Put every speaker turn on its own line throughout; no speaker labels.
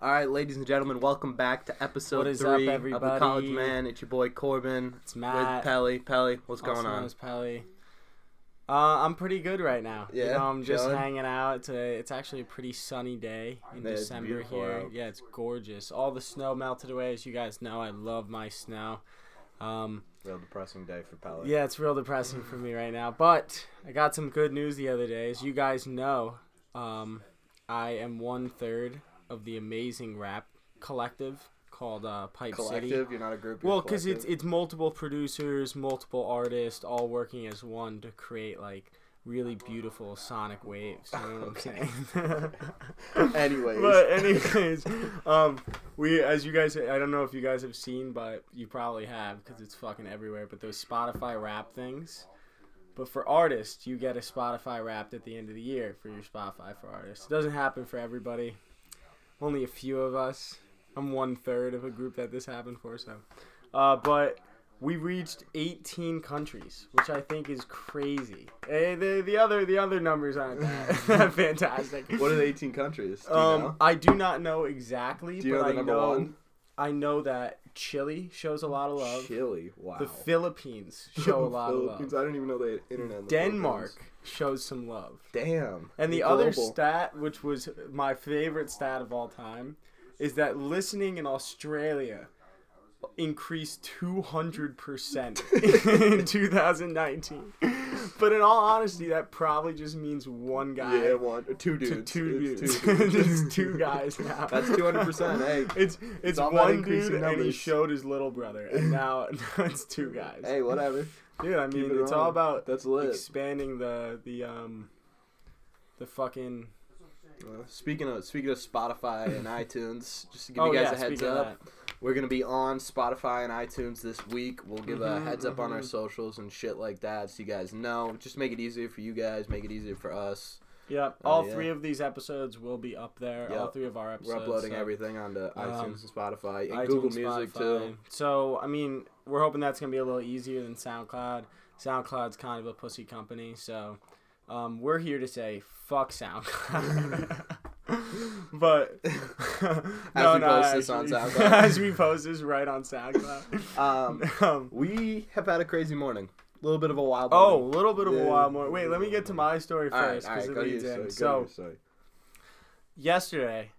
All right, ladies and gentlemen, welcome back to episode
What is up,
three of the
everybody?
College Man. It's your boy Corbin
It's Matt.
with Pelly. Pelly, what's going
also known
on?
as Pelly. Uh, I'm pretty good right now. You
Yeah,
know, I'm just
chilling?
hanging out. It's, a, it's actually a pretty sunny day in
Yeah, it's
December
beautiful
here.
out.
Yeah, it's gorgeous. All the snow melted away, as you guys know. I love my snow. Um,
Real depressing day for Pelly.
yeah, it's real depressing for me right now. But I got some good news the other day. As you guys know, um, I am one third of the amazing rap collective called uh, Pipe City.
Collective, you're not a group. you're a
Well, because it's
collective.
it's multiple producers, multiple artists, all working as one to create like really beautiful sonic waves. You know what
Okay.
I'm saying?
Anyways,
but anyways, um, we as you guys, I don't know if you guys have seen, but you probably have because it's fucking everywhere. But those Spotify rap things. But for artists, you get a Spotify Wrapped at the end of the year for your Spotify for artists. It doesn't happen for everybody. Only a few of us. I'm one third of a group that this happened for, so. Uh, but we reached 18 countries, which I think is crazy. Eh, the, the other the other numbers aren't that fantastic.
what are the 18 countries? Do you
Um,
know?
I do not know exactly,
Do you
but
know the
I
number
know
one?
I know that Chile shows a lot of love.
Chile. Wow.
The Philippines show a lot of
Philippines,
love.
I don't even know they had internet. In the
Denmark shows some love.
Philippines. Damn.
And the
You're
other
global.
stat, which was my favorite stat of all time, is that listening in Australia increased 200% in 2019. But in all honesty, that probably just means one guy
Yeah, one, uh, two dudes.
to two
It's
dudes.
two dudes.
it's two guys now.
That's 200%, hey.
It's it's,
all about
one dude
increasing
and he
numbers.
showed his little brother, and now, now it's two guys.
Hey, whatever.
Dude, I
keep
mean,
it
it's all
rolling.
about
That's lit.
expanding the the um the fucking
Uh, speaking of speaking of Spotify and iTunes, just to give
oh
you guys
yeah,
a heads
speaking of
up,
that.
We're gonna be on Spotify and iTunes this week. We'll give a
Mhm,
heads up on our
mhm.
socials and shit like that, so you guys know. Just make it easier for you guys. Make it easier for us.
Yep,
Oh,
all
yeah.
three of these episodes will be up there. All
Yep.
three of our
We're
episodes.
uploading
so-
everything onto iTunes and Spotify and
Um, iTunes,
Google Music
Spotify.
too.
So I mean, we're hoping that's gonna be a little easier than SoundCloud. SoundCloud's kind of a pussy company, so um, we're here to say fuck SoundCloud. but no,
we
no,
post this on
actually-
SoundCloud.
as we post this right on SoundCloud.
Um,
um,
we have had a crazy morning. A little bit of a wild.
oh,
morning.
a little bit of
Yeah.
a while more. Wait, let me get to my story
all right,
first
all
because
right.
it
Go to your
leads
story.
in.
Go
So
to your story.
yesterday,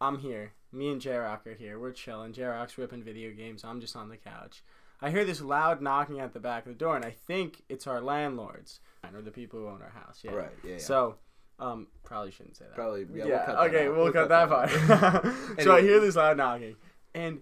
I'm here. Me and J Rock are here. We're chilling. J Rock's ripping video games. I'm just on the couch. I hear this loud knocking at the back of the door, and I think it's our landlords or the people who own our house. Yeah.
Right. Yeah. yeah.
So, um, probably shouldn't say that.
probably. Yeah.
Yeah.
we'll cut that
okay,
out.
we'll, cut, that part. so I
Anyway.
hear this loud knocking, and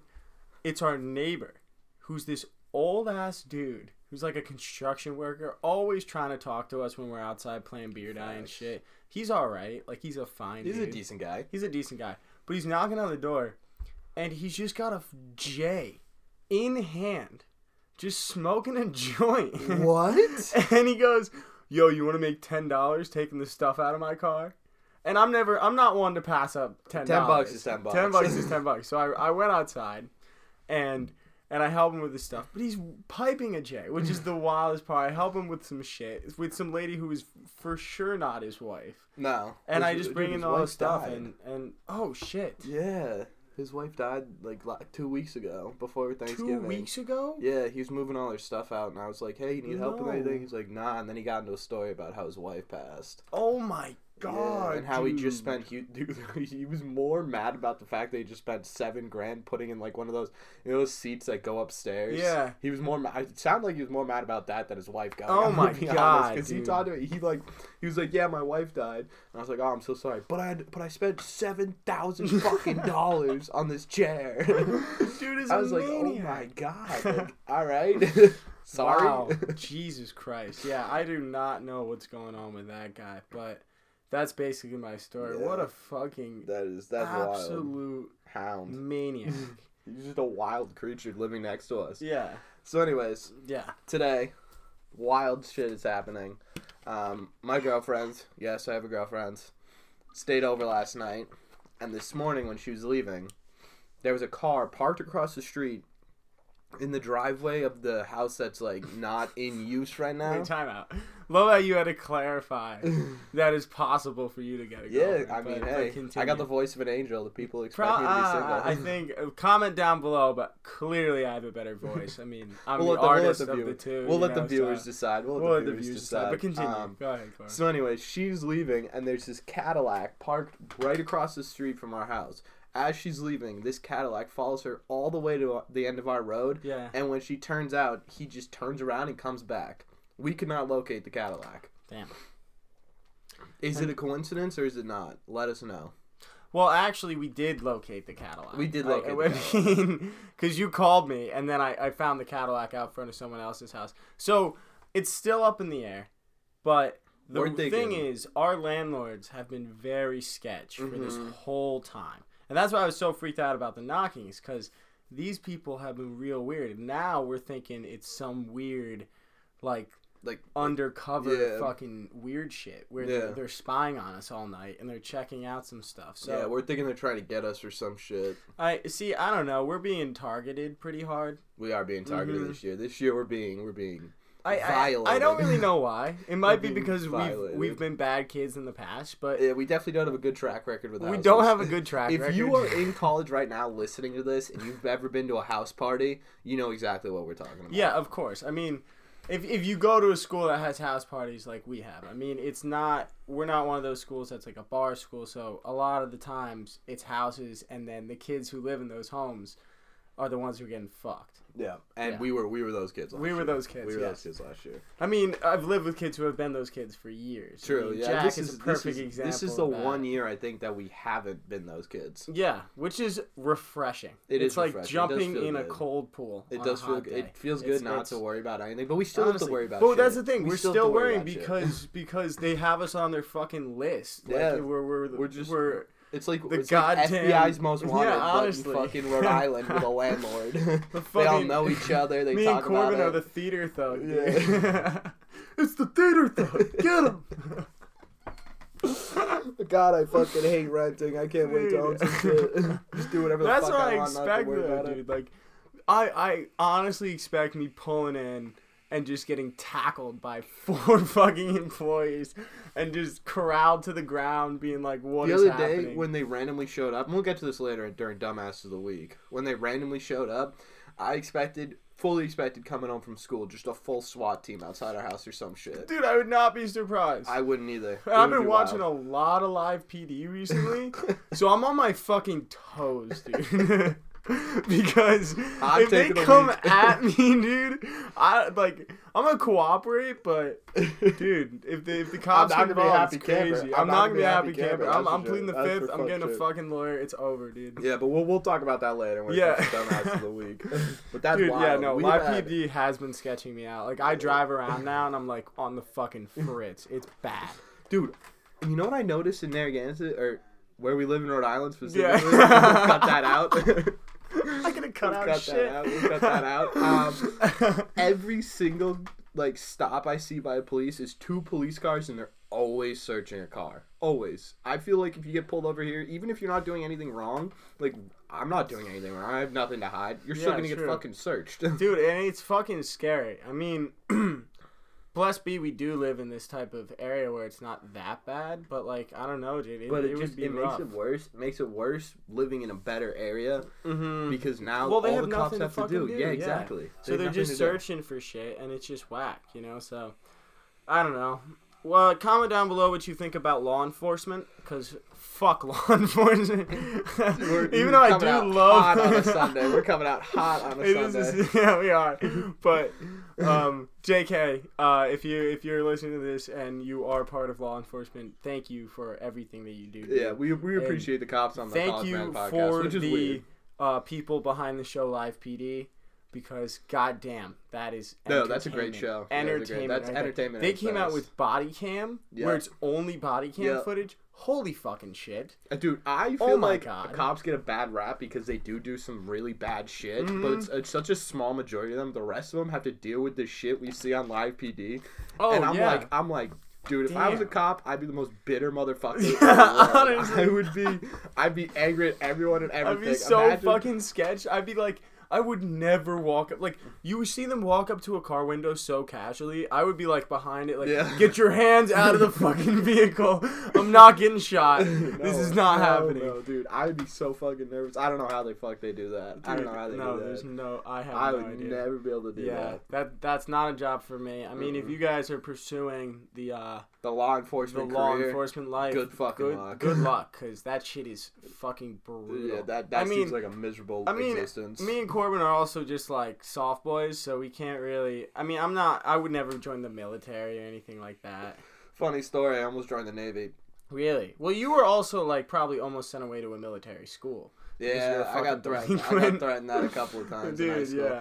it's our neighbor, who's this old ass dude who's like a construction worker, always trying to talk to us when we're outside playing beer die and
Facts.
shit. He's all right. Like he's a fine.
He's a
dude.
decent guy.
He's a decent guy, but he's knocking on the door, and he's just got a f- J in hand, just smoking a joint.
What?
and he goes, "Yo, you want to make ten dollars taking the stuff out of my car?" And I'm never, I'm not one to pass up ten.
$10 is $10.
Ten bucks is ten bucks. So I, I went outside, and and I help him with his stuff. But he's piping a J, which is the wildest part. I help him with some shit with some lady who is for sure not his wife.
no.
And I
His-
just
dude,
bring
his
in all
wife
this stuff,
died.
and and oh shit,
Yeah, his wife died like, la two weeks ago before Thanksgiving.
two weeks ago.
Yeah, he was moving all their stuff out, and I was like, "Hey, you need help with
No.
anything?" He's like, "Nah," and then he got into a story about how his wife passed.
Oh my
Yeah,
god.
and how he just
dude.
spent he, dude, he was more mad about the fact that he just spent seven grand putting in like one of those you know those seats that go upstairs.
Yeah.
he was more. ma- It sounded like he was more mad about that than his wife got.
Oh my God,
Because he
dude.
talked to me, he like he was like, "Yeah, my wife died," and I was like, "Oh, I'm so sorry," but I had, but I spent seven thousand fucking dollars on this chair.
Dude is
I
a
was like, "Oh
maniac.
my god!" Like, all right, sorry.
Wow. Jesus Christ. Yeah, I do not know what's going on with that guy, but that's basically my story.
Yeah.
What a fucking
That is that's wild.
absolute
Hound.
maniac.
He's just a wild creature living next to us.
yeah.
So, anyways,
Yeah.
today, wild shit is happening. Um, my girlfriend, yes, I have a girlfriend, stayed over last night, and this morning when she was leaving, there was a car parked across the street in the driveway of the house that's like not in use right now.
Wait, time out. Love how you had to clarify that it's possible for you to get a
Yeah,
girlfriend.
I mean,
but- but
hey, I got
continue.
the voice of an angel. The people
Pro-
expect me to be single.
ah, I think uh, comment down below, but clearly I have a better voice. I mean, I'm
We'll let
the
the- we'll let
artist
the
of
viewer-
the two.
we'll
you
let the
know,
viewers
so-
decide. We'll let
we'll
the viewers decide.
But continue.
Um,
Go ahead, Clark.
So anyway, she's leaving, and there's this Cadillac parked right across the street from our house. As she's leaving, this Cadillac follows her all the way to the end of our road.
Yeah.
And when she turns out, he just turns around and comes back. We could not locate the Cadillac.
Damn.
Is it a coincidence or is it not? Let us know.
Well, actually, we did locate the Cadillac.
We did
I-
locate the
I, mean, because you called me, and then I, I found the Cadillac out front of someone else's house. So it's still up in the air, but the
We're digging.
thing is, our landlords have been very sketch for this
Mm-hmm.
whole time, and that's why I was so freaked out about the knockings, because these people have been real weird. Now we're thinking it's some weird, like
Like,
undercover
Yeah.
fucking weird shit where they're,
Yeah.
they're spying on us all night and they're checking out some stuff. So
yeah, we're thinking they're trying to get us or some shit.
I see. I don't know. We're being targeted pretty hard.
We are being targeted
Mhm.
this year. This year we're being we're being
I I, I
Violated.
don't really know why. It might be
being
because we've
violated.
we've been bad kids in the past, but
yeah, we definitely don't have a good track record with
we
houses.
don't have a good track
If
record.
you are in college right now listening to this and you've ever been to a house party, you know exactly what we're talking about.
yeah, of course. I mean, if if you go to a school that has house parties like we have, I mean, it's not we're not one of those schools that's like a bar school. So a lot of the times it's houses, and then the kids who live in those homes are the ones who are getting fucked.
Yeah. And
Yeah.
we were we were those kids last
We
year.
were those kids,
We were those
yes.
kids last year.
I mean, I've lived with kids who have been those kids for years. I
True,
mean,
yeah.
Jack
this
is,
is
a perfect
this is,
example.
This is
of
the
that.
one year I think that we haven't been those kids.
Yeah, which is refreshing.
It
it's
is
like
refreshing. It does
jumping
feel
in a
good.
cold pool.
It
on
does
a
feel
hot
good.
day.
It feels
It's-
good not to
it's-
worry about anything, but we still have
honestly.
to worry about
But
shit.
that's the thing.
We
We're
still
still,
have to worry
worrying
about shit.
because because they have us on their fucking list. Like,
Yeah.
we're we're
We're just-
we're
It's like
The
the goddamn
goddamn-
FBI's most
Yeah,
wanted,
honestly.
but in fucking Rhode Island with a landlord. they all
fucking-
know each other. They
me and
talk about
Corbin are
it.
the theater thug. dude.
Yeah.
it's the theater thug. Get him.
God, I fucking hate renting. I can't wait to own some shit.
Dude.
Just do whatever
That's
the
what
fuck I,
I
want. not have
expect
to worry
though,
about it.
dude. Like, I I honestly expect me pulling in and just getting tackled by four fucking employees and just corralled to the ground, being like, "What
The
is
other
happening?"
day, when they randomly showed up, and we'll get to this later during Dumbass of the Week. When they randomly showed up, I expected, fully expected coming home from school, just a full SWAT team outside our house or some shit.
dude, I would not be surprised.
I wouldn't either. It
I've
would
been
be
watching
wild.
a lot of live PD recently, so I'm on my fucking toes, dude. because
I'm
if they
taking a
come
leak.
at me, dude, I like I'm gonna cooperate, but dude, if the if the cops
not gonna
get
be a
involved,
happy
it's crazy.
camper.
I'm, not gonna be a happy camper. I'm,
that's
I'm
for
pleading
sure.
the
That's
fifth.
for
I'm getting
fuck
a
sure.
fucking lawyer. It's over, dude.
Yeah, but we'll, we'll talk about that later when
Yeah.
it comes to Dumbass of the Week. But that's
Dude,
wild.
yeah, no,
We've
live
had-
PD has been sketching me out. Like I drive around now and I'm like on the fucking fritz. It's bad.
Dude, you know what I noticed in Narragansett, or where we live in Rhode Island
Yeah.
specifically? cut that out.
I gotta cut
We'll cut
out
that
shit.
out. We'll cut that out. Um, Every single like stop I see by police is two police cars, and they're always searching a car. Always. I feel like if you get pulled over here, even if you're not doing anything wrong, like I'm not doing anything wrong. I have nothing to hide. You're still
Yeah,
gonna
true.
get fucking searched.
dude and it's fucking scary i mean bless be we do live in this type of area where it's not that bad but like i don't know dude it,
But it,
would
just
be
it
rough.
makes it worse. It makes it worse living in a better area
Mhm.
because now
well they
all
have
the cops
nothing
have
to,
to
fucking
do.
do
Yeah, exactly. They
so
have
they're
nothing
just
to do.
searching for shit and it's just whack you know so i don't know well comment down below what you think about law enforcement because fuck law enforcement
We're
even though i
coming
do
out
love
hot on a Sunday. We're coming out hot on a
It is
Sunday.
just- yeah, we are. But um, JK, uh, if you if you're listening to this and you are part of law enforcement, thank you for everything that you do. dude.
Yeah, we, we appreciate the cops on the
thank
Cause Man
you
podcast,
for
which is
the
weird.
uh, people behind the show Live PD. Because goddamn, that is
No, that's a great
entertainment.
show. Yeah, that's a great-
Entertainment.
that's
right there.
entertainment
They
at its
came out
best.
with body cam,
Yeah.
where it's only body cam
Yeah.
footage. Holy fucking shit!
Uh, Dude, I feel
Oh my
like
God.
cops get a bad rap because they do do some really bad shit,
Mm-hmm.
but it's, it's such a small majority of them. The rest of them have to deal with the shit we see on live PD.
Oh,
and I'm
yeah.
like, I'm like, dude, if I was a
Damn.
cop, I'd be the most bitter motherfucker. in the
Yeah,
world.
honestly.
I would be, I'd be angry at everyone and everything.
I'd be so
Imagine-
fucking sketched. I'd be like, I would never walk up. Like you would see them walk up to a car window so casually. I would be like behind it, like
Yeah.
get your hands out of the fucking vehicle. I'm not getting shot. this
No,
is not
no,
happening.
no, dude. I'd be so fucking nervous. I don't know how they fuck they do that. I don't know
Dude,
how they
no,
do
there's
that.
no. I have
I
no
would
idea.
never be able to do
yeah,
that. Mm-hmm.
that that's not a job for me. I mean, if you guys are pursuing the uh,
The law
the
enforcement
law
career.
enforcement life,
Good fucking
good,
luck.
Good luck, because that shit is fucking brutal.
yeah, that that
I
seems
mean,
like a miserable
I mean,
existence.
me and Corbin are also just like soft boys, so we can't really. I mean, I'm not. I would never join the military or anything like that.
Funny story. I almost joined the Navy.
Really? Well, you were also like probably almost sent away to a military school. you're a
Yeah, I
fucking
got threatened. I
delinquent.
got threatened that a couple of times in high
Dude,
school.
yeah,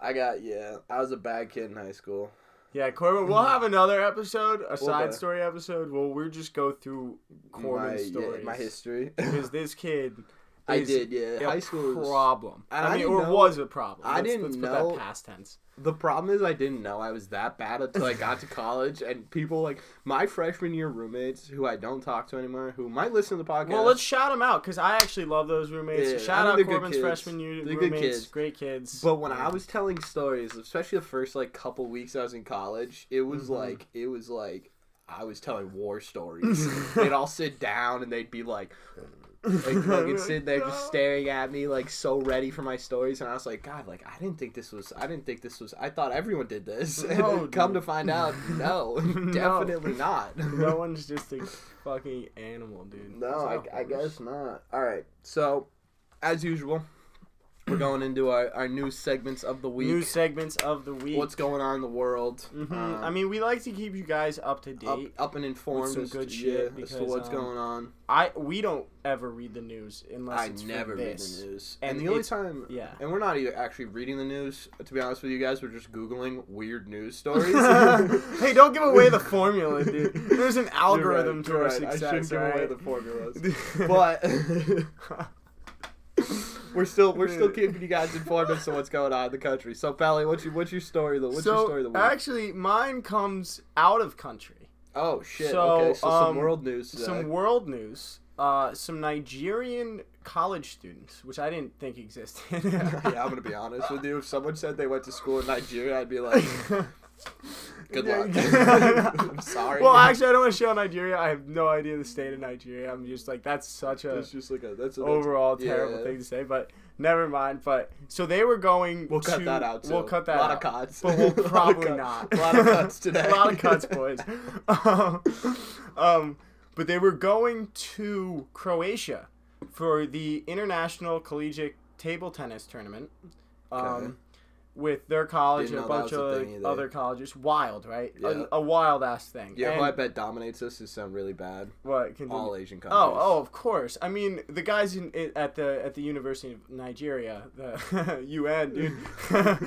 I got yeah. I was a bad kid in high school.
yeah, Corbin.
Mm-hmm.
We'll have another episode, a side
do.
story episode. Well, we'll just go through
my,
Corbin's
yeah,
stories.
my history.
Because this kid,
I
is
did, yeah.
a
High school. was-
problem.
and I
I, mean,
didn't
or
know-
was a problem.
I
Let's-
didn't
let's put
know-
that past tense.
The problem is I didn't know I was that bad until I got to college, and people like my freshman year roommates who I don't talk to anymore, who might listen to the podcast.
Well, let's shout them out because I actually love those roommates.
Yeah,
shout
I mean,
out
they're good
Corbin's
kids.
freshman year
They're good
roommates,
kids.
great kids.
But when I was telling stories, especially the first like couple weeks I was in college, it was
Mm-hmm.
like it was like I was telling war stories. they'd all sit down and they'd be like, like fucking sit there just staring at me like so ready for my stories, and I was like, God, like I didn't think this was, I didn't think this was, I thought everyone did this. And
No,
then come
dude.
to find out, no, definitely not.
no one's just a fucking animal, dude.
No,
It's
I, I
not
guess not. All right, so as usual, we're going into our our news segments of the week
New segments of the week.
what's going on in the world.
Mhm.
um,
I mean, we like to keep you guys up to date.
up, up and informed
some
as
good
to,
shit,
yeah, as to
because,
what's
um,
going on.
I we don't ever read the news unless
I
it's for
never read
this.
the news,
And
and, the only
it's-
time,
yeah.
and we're not either actually reading the news. To be honest with you guys, we're just googling weird news stories.
hey, don't give away the formula, dude. There's an
You're right,
algorithm to
you're
our
right. I shouldn't
success,
give away
right?
the formulas, but. We're still we're still keeping you guys informed as to what's going on in the country. So, Pally, what's your what's your story? of The what's your story? Of the
so
week?
actually, mine comes out of country.
oh shit!
so,
okay, so
um,
some world news. Today.
Some world news. Uh, some Nigerian college students, which I didn't think existed.
yeah, I'm gonna be honest with you. If someone said they went to school in Nigeria, I'd be like, "Good luck." I'm sorry.
Well, actually, I don't want to show Nigeria. I have no idea the state of Nigeria. I'm just like that's such a
that's just like a that's a,
overall
yeah.
terrible thing to say, but never mind. But so they were going.
We'll cut
to-
that out. Too.
We'll cut that
A lot
out.
of cuts,
but we'll
A lot of
probably
cut-
not.
A lot of cuts today.
a lot of cuts, boys. um, um, but they were going to Croatia for the International Collegiate Table Tennis Tournament. Um,
Okay.
With their college
Didn't
and a
know that
bunch
was a
of
thing either.
other colleges, wild, right?
Yeah.
A, a wild ass thing.
Yeah,
And-
who I bet dominates us is sound really bad.
what? Continue.
All Asian countries.
Oh, oh, of course. I mean, the guys in i- at the at the University of Nigeria, the UN, dude.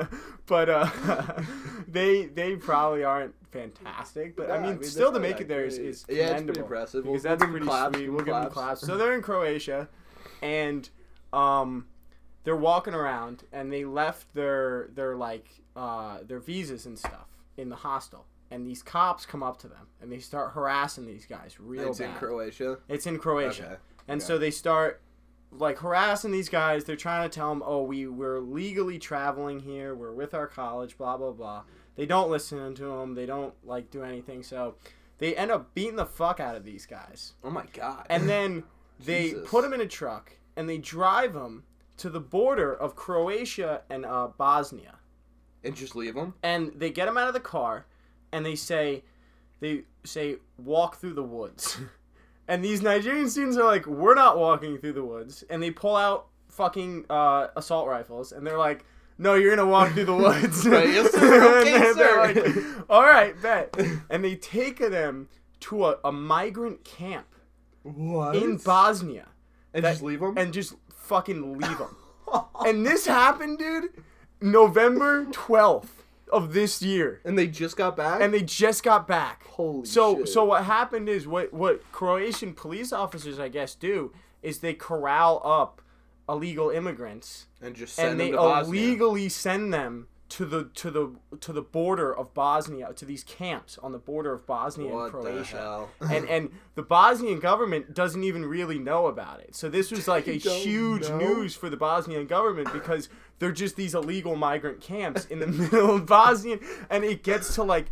but uh, they they probably aren't fantastic. But I
Yeah,
mean, still to
they're
make
not
it there is,
great.
is
yeah, it's
commendable
pretty impressive.
because
we'll,
that's
we'll give
pretty
'em claps,
sweet.
give
We'll
'em
give them claps. So they're in Croatia, and um, they're walking around, and they left their their like uh, their visas and stuff in the hostel. And these cops come up to them, and they start harassing these guys real
It's
bad.
in Croatia.
It's in Croatia.
Okay.
And
Yeah.
so they start like harassing these guys. They're trying to tell them, "Oh, we we're legally traveling here. We're with our college, blah blah blah." They don't listen to them. They don't like do anything. So they end up beating the fuck out of these guys.
Oh my god.
And then they
Jesus.
put them in a truck and they drive them to the border of Croatia and uh, Bosnia
and just leave them.
and they get him out of the car and they say they say walk through the woods and these nigerian students are like we're not walking through the woods and they pull out fucking uh, assault rifles and they're like no you're gonna walk through the woods
Right, yes, sir. Okay,
And they're- they're
sir.
like, all right bet and they take them to a, a migrant camp
What?
in Bosnia
and
that-
just leave them.
and just fucking leave them and this happened dude November 12th of this year
and they just got back.
and they just got back.
Holy
so
shit.
so what happened is what what Croatian police officers I guess do is they corral up illegal immigrants
and just send
and
them
they
to Bosnia.
illegally send them to the to the to the border of Bosnia to these camps on the border of Bosnia and
What the
Croatia
hell?
and and the Bosnian government doesn't even really know about it. So this was like a
They don't
huge
know?
news for the Bosnian government because they're just these illegal migrant camps in the middle of Bosnia, and it gets to like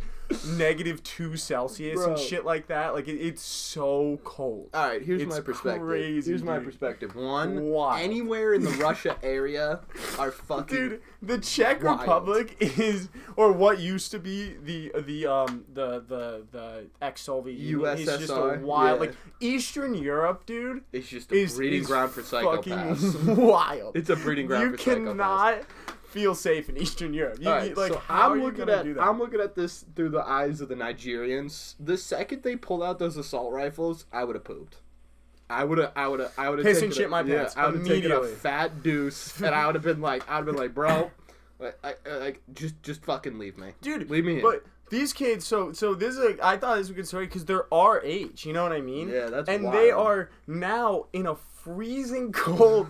negative two Celsius
Bro. Uh,
and shit like that. Like it, it's so cold.
All right, here's
It's
my perspective.
crazy,
here's my
dude.
perspective. One,
Wild.
anywhere in the Russia area are fucking
Dude, the Czech
Wild.
Republic is, or what used to be the the um the the the ex-Soviet Union, is just a
USSR,
wild
yeah.
like Eastern Europe, dude.
It's just a
is
breeding
is
ground for psychopaths.
Fucking wild.
It's a breeding ground for
you
psychopaths.
cannot feel safe in Eastern Europe. You,
All right,
you- like
so
how
I'm
are you
looking
gonna
at
do that?
I'm looking at this through the eyes of the Nigerians. The second they pulled out those assault rifles, I would have pooped. I would have, I would have, I would have
Piss and shit my pants
I would have taken a
immediately.
fat deuce, and I would have been like, I'd have been like, bro, like, I, I, like, just, just fucking leave me,
Dude,
Leave me in.
But these kids, so so this is a, I thought this was a good story because they're our age. You know what I mean?
Yeah, that's
And they
wild.
are now in a freezing cold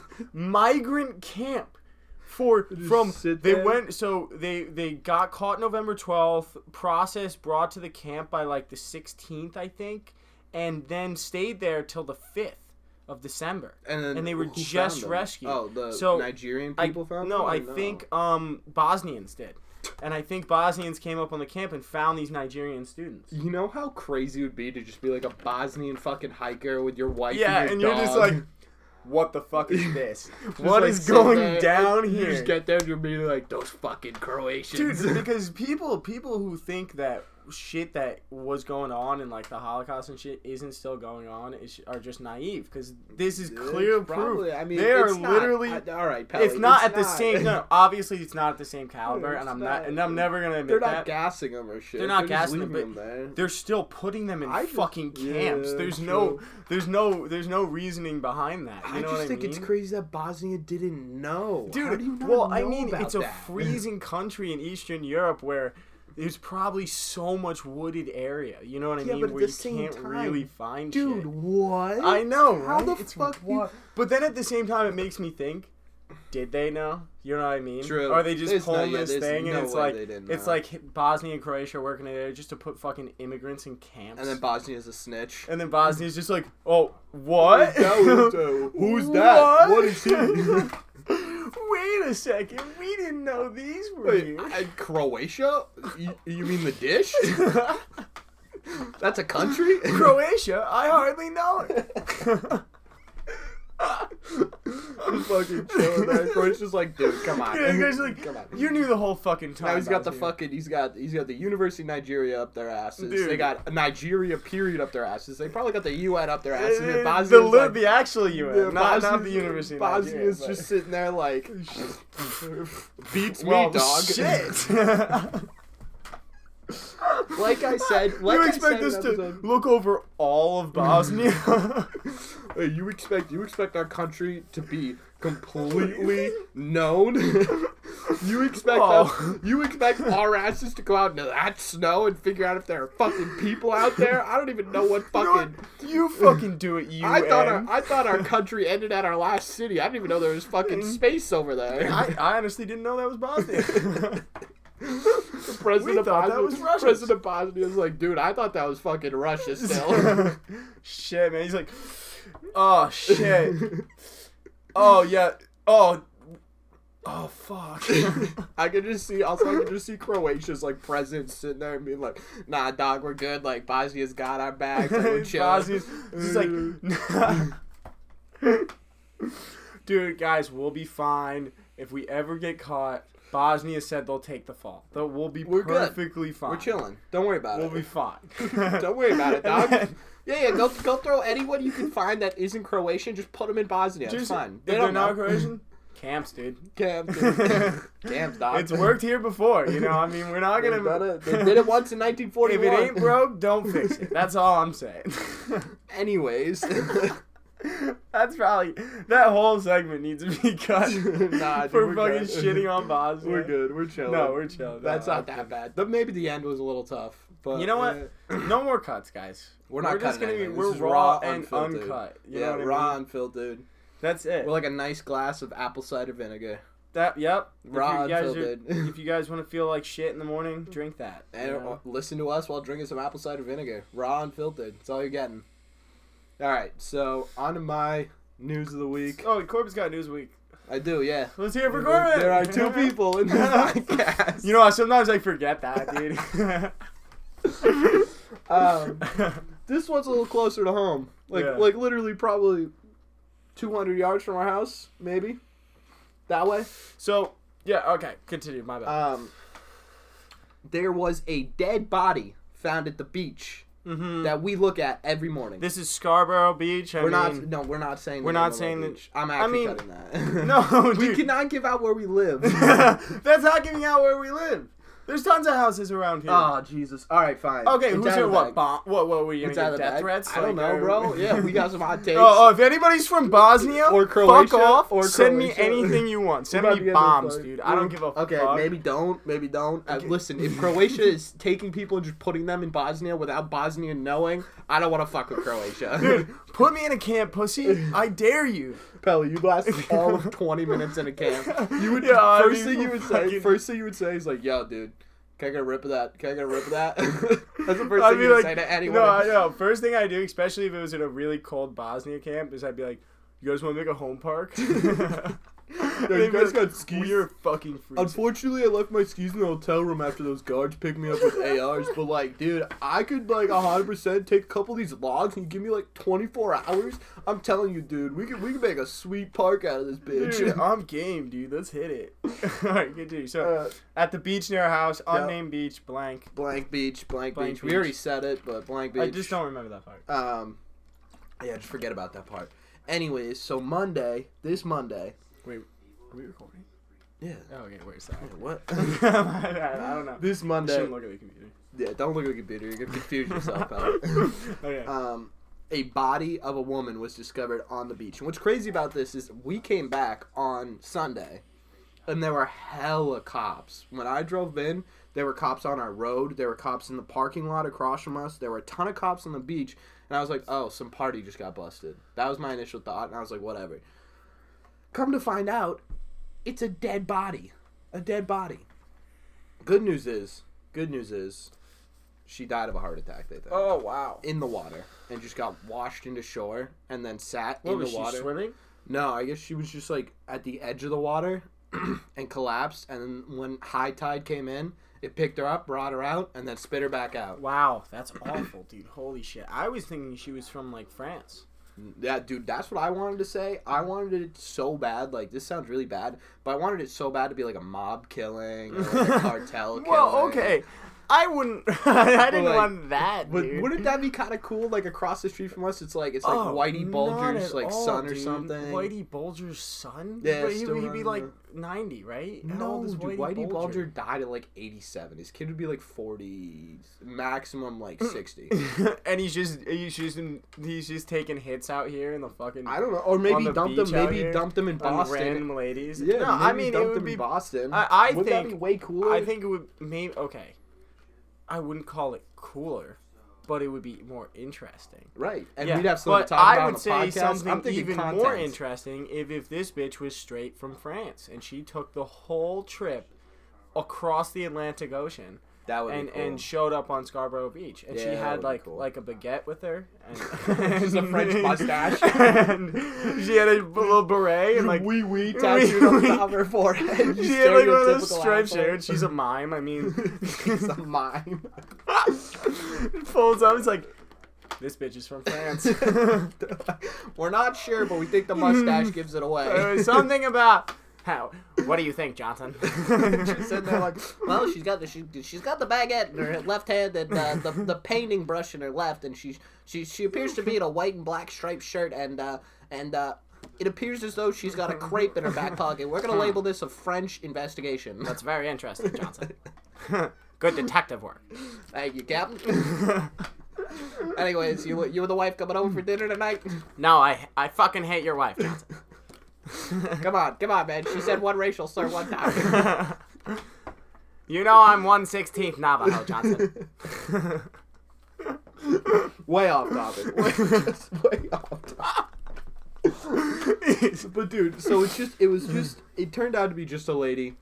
migrant camp. For from
sit
they
there.
went so they they got caught November twelfth, processed, brought to the camp by like the sixteenth, I think, and then stayed there till the fifth of December.
and then
and they were
who found
just
them?
rescued.
Oh, the
So,
Nigerian
I-
people found
no,
them?
I think um, Bosnians did, and I think Bosnians came up on the camp and found these Nigerian students.
You know how crazy it would be to just be like a Bosnian fucking hiker with your wife.
Yeah,
and,
and
your
you're just
dog.
like, what the fuck is this?
Just,
What
like,
is
sit
going
there,
down
and You
here,
just get there and you're immediately like those fucking Croatians.
dude? Because people people who think that shit that was going on in like the Holocaust and shit isn't still going on is, are just naive because this is clear proof.
I mean,
they are
it's not-
literally.
I- all right, Pelly,
it's not at the same. No, obviously it's not at the same caliber,
it's
and I'm not,
not.
and I'm never gonna admit
They're
that.
not gassing them or shit.
They're not
just
gassing them,
leaving
but
them there.
they're still putting them in
I just-
fucking camps.
yeah,
there's no
true.
there's no there's no reasoning behind that. You
I
know
just
what
think
I mean?
it's crazy that Bosnia didn't know. How
Dude,
do you not
well, I
know
mean,
about
it's a
that?
freezing country in Eastern Europe where there's probably so much wooded area. You know what I
Yeah,
mean?
but at
where
the
you
same
can't
time,
really find
Dude,
shit.
what?
I know.
How
right?
the
It's
fuck you-
wi- But then at the same time, it makes me think. Did they know? You know what I mean?
True.
Are they just
There's no-
pulling
yeah,
this
there's
thing
no
and it's
way
like
they didn't
it's
know.
like Bosnia and Croatia working together just to put fucking immigrants in camps?
And then Bosnia's a snitch.
And then Bosnia's just like, oh, what?
Who's that? What is he?
Wait a second, we didn't know these were
Wait,
here.
I- Croatia? You, you mean the dish? That's a country?
Croatia, I hardly know it.
I'm fucking chilling there. Croatia's like, dude, come on.
Yeah, you guys are like,
come on.
you knew the whole fucking time.
now he's got the
Bosnia.
fucking he's got he's got the University of Nigeria up their asses. They
Dude.
got Nigeria period up their asses. They probably got the UN up their
Uh,
asses. And
the,
Bosnia's
li-
like,
the actual UN,
yeah,
not, not
Bosnia's-
the University. of Nigeria,
Bosnia's
but-
just sitting there like beats
well,
me, dog.
Shit.
Like I said, like
you
I
expect
said
us
in
to
episode-
look over all of Bosnia?
Hey, you expect you expect our country to be completely known. you expect
Oh.
us, you expect our asses to go out into that snow and figure out if there are fucking people out there. I don't even know what fucking.
You fucking do it, you.
I thought our I thought our country ended at our last city. I didn't even know there was fucking space over there.
I, I honestly didn't know that was Bosnia.
President
we
of
thought that
Bosnia,
was Russians.
President of Bosnia was like, dude, I thought that was fucking Russia still.
shit, man. He's like, oh shit. Oh yeah. Oh. Oh fuck.
I could just see also I could just see Croatia's like president sitting there and being like, nah dog, we're good, like Bosnia's got our backs, like, we're chilling.
Bosnia's uh, just like. Dude, guys, we'll be fine if we ever get caught. Bosnia said they'll take the fall. Though we'll be
We're good.
perfectly fine.
We're chilling. Don't worry about
We'll
it.
be fine.
Don't worry about it, dog.
And then-
yeah, yeah, go go throw anyone you can find that isn't Croatian, just put them in Bosnia. it's
Just-
fine.
If
They
they're
don't
not
know.
Croatian, camps, dude.
Damn, dude. Damn, dog.
It's worked here before, you know. I mean, we're not
They
gonna.
done it. They did it once in
if
1941.
it ain't broke, don't fix it. That's all I'm saying.
Anyways,
That's probably that whole segment needs to be cut
Nah, dude,
for
we're good.
fucking shitting on Bosnia.
we're good. We're chilling.
No, we're chilling.
That's
No,
not that bad. But maybe the end was a little tough. But
You know what?
eh.
No more cuts, guys.
We're not
just
cutting
gonna be
anything. This
we're
is
raw,
raw,
and
unfiltered.
uncut. You
yeah,
know what I
raw
mean?
and Phil, dude.
That's it.
We're like a nice glass of apple cider vinegar.
That yep. If you
Raw
guys are-
unfiltered.
if you guys want to feel like shit in the morning, drink that. you
And
know?
uh, listen to us while drinking some apple cider vinegar, raw unfiltered. That's all you're getting. All right, so on to my news of the week.
Oh, Corbin's got news week.
I do, yeah.
Let's hear it for Corbin.
There are two people in the podcast.
You know, I- sometimes I forget that, dude.
um, this one's a little closer to home. Like,
Yeah.
like literally, probably 200 yards from our house, maybe. That way.
so yeah, okay, continue. My bad.
Um, there was a dead body found at the beach
hmm
that we look at every morning.
This is Scarborough Beach. I
we're not.
mean,
No, we're not saying.
we're
the
not
name of our
saying that-
beach. I'm actually
mean-
cutting that.
no,
we
dude.
cannot give out where we live.
That's not giving out where we live. There's tons of houses around here.
oh Jesus! All right, fine.
okay,
It's
who's
out
here?
of
What?
bag.
Bomb? What? What? Were you gonna
It's out
get
of
death
bag.
threats?
I don't
Like,
know,
uh,
bro. yeah, we got some hot takes.
Oh, oh, if anybody's from Bosnia
Or
fuck
Croatia,
off.
or
send me
Croatia.
anything you want. Send
About to
me
get
bombs,
this, like,
dude. I don't give a
Okay,
fuck.
maybe don't, maybe don't. Uh, listen, if Croatia is taking people and just putting them in Bosnia without Bosnia knowing, I don't want to fuck with Croatia.
Dude, put me in a camp, pussy. I dare you.
Pelly, you last all of 20 minutes in a camp. You would
Yeah, I
first
mean,
thing you would say,
fucking-
first thing you would say is like, "Yo, dude, can I get a rip of that? Can I get a rip of that?" That's the first
I'd
thing
be
you would
like,
say to anyone.
no, I know. First thing I do, especially if it was in a really cold Bosnia camp, is I'd be like, "You guys want to make a home park?
you guys got skis?
You're fucking freezing.
Unfortunately, I left my skis in the hotel room after those guards picked me up with ARs. But like, dude, I could like 100% take a couple of these logs and give me like 24 hours. I'm telling you, dude, we could we could make a sweet park out of this
Dude,
bitch.
I'm game, dude. Let's hit it. All right, good dude. So,
Uh,
at the beach near our house,
yeah.
unnamed beach, blank.
blank beach, blank,
Blank
beach.
beach.
We already said it, but blank beach.
I just don't remember that part.
Um, yeah, just forget about that part. Anyways, so Monday, this Monday.
Wait, are we recording?
Yeah.
Oh, okay, wait, sorry.
What?
My bad, I don't know.
this
I
Monday.
shouldn't look at the computer.
Yeah, don't look at the computer. You're gonna confuse yourself. Alex.
okay.
um, a body of a woman was discovered on the beach. And what's crazy about this is we came back on Sunday, and there were hella cops. When I drove in, there were cops on our road. There were cops in the parking lot across from us. There were a ton of cops on the beach, and I was like, "Oh, some party just got busted." That was my initial thought, and I was like, "Whatever." Come to find out, it's a dead body. A dead body. Good news is, good news is, she died of a heart attack. They think
oh, wow.
in the water and just got washed into shore and then sat
What
in the
was she
water.
swimming?
no, I guess she was just like at the edge of the water and collapsed. And then when high tide came in, it picked her up, brought her out, and then spit her back out.
Wow, that's awful, dude. Holy shit. I was thinking she was from like France.
Yeah, dude, that's what I wanted to say. I wanted it so bad. Like this sounds really bad, but I wanted it so bad to be like a mob killing or like a cartel.
Well,
killing.
okay. I wouldn't. I
But,
didn't
like,
want that,
But
dude.
wouldn't that be kind of cool? Like across the street from us, it's like it's like
Oh,
Whitey
not
Bulger's
at
like
all,
son or
dude.
something.
Whitey Bulger's son?
Yeah,
But he,
still
would be
running
like
around.
90, right? How
No,
old is
dude, Whitey, Bulger? died at like 87. His kid would be like 40, maximum like 60.
and he's just he's just in- he's just taking hits out here in the fucking
I don't know. Or maybe
On the
dumped him.
beach out
Maybe
here?
dumped him in
on
Boston.
random ladies.
Yeah,
no,
maybe
I mean it
dumped him
would be.
in Boston.
I- I
Wouldn't that
think-
be way cooler.
I think it would maybe okay. I wouldn't call it cooler, but it would be more interesting.
right, and
Yeah,
we'd have something
but
to talk about
I
on
would
the
say
podcast.
something
I'm thinking
even
content.
more interesting if if this bitch was straight from France and she took the whole trip across the Atlantic Ocean
That would
and
be cool.
and showed up on Scarborough Beach and she
Yeah, that would
had
be
like
cool.
like a baguette with her and
Just a French mustache.
and she had a little beret and like
wee wee
tattooed
tattooed
on
on
the top of
her forehead.
she had like one of those stripes there and she's a mime. I mean,
She's a mime.
folds up. It's like this bitch is from France.
We're not sure, but we think the mustache gives it away.
There was something about how. What do you think, Johnson?
She's sitting there like, well, she's got the she, she's got the baguette in her left hand and uh, the the painting brush in her left, and she she she appears to be in a white and black striped shirt, and uh, and uh, it appears as though she's got a crepe in her back pocket. We're gonna label this a French investigation.
That's very interesting, Johnson. Good detective work.
Thank you, Captain. Anyways, you you and the wife coming over for dinner tonight?
No, I I fucking hate your wife, Johnson.
Come on, come on, man. She said one racial slur one time.
you know I'm one sixteenth Navajo, Johnson.
Way off topic. Way, just way off topic. But dude, so it's just it was just it turned out to be just a lady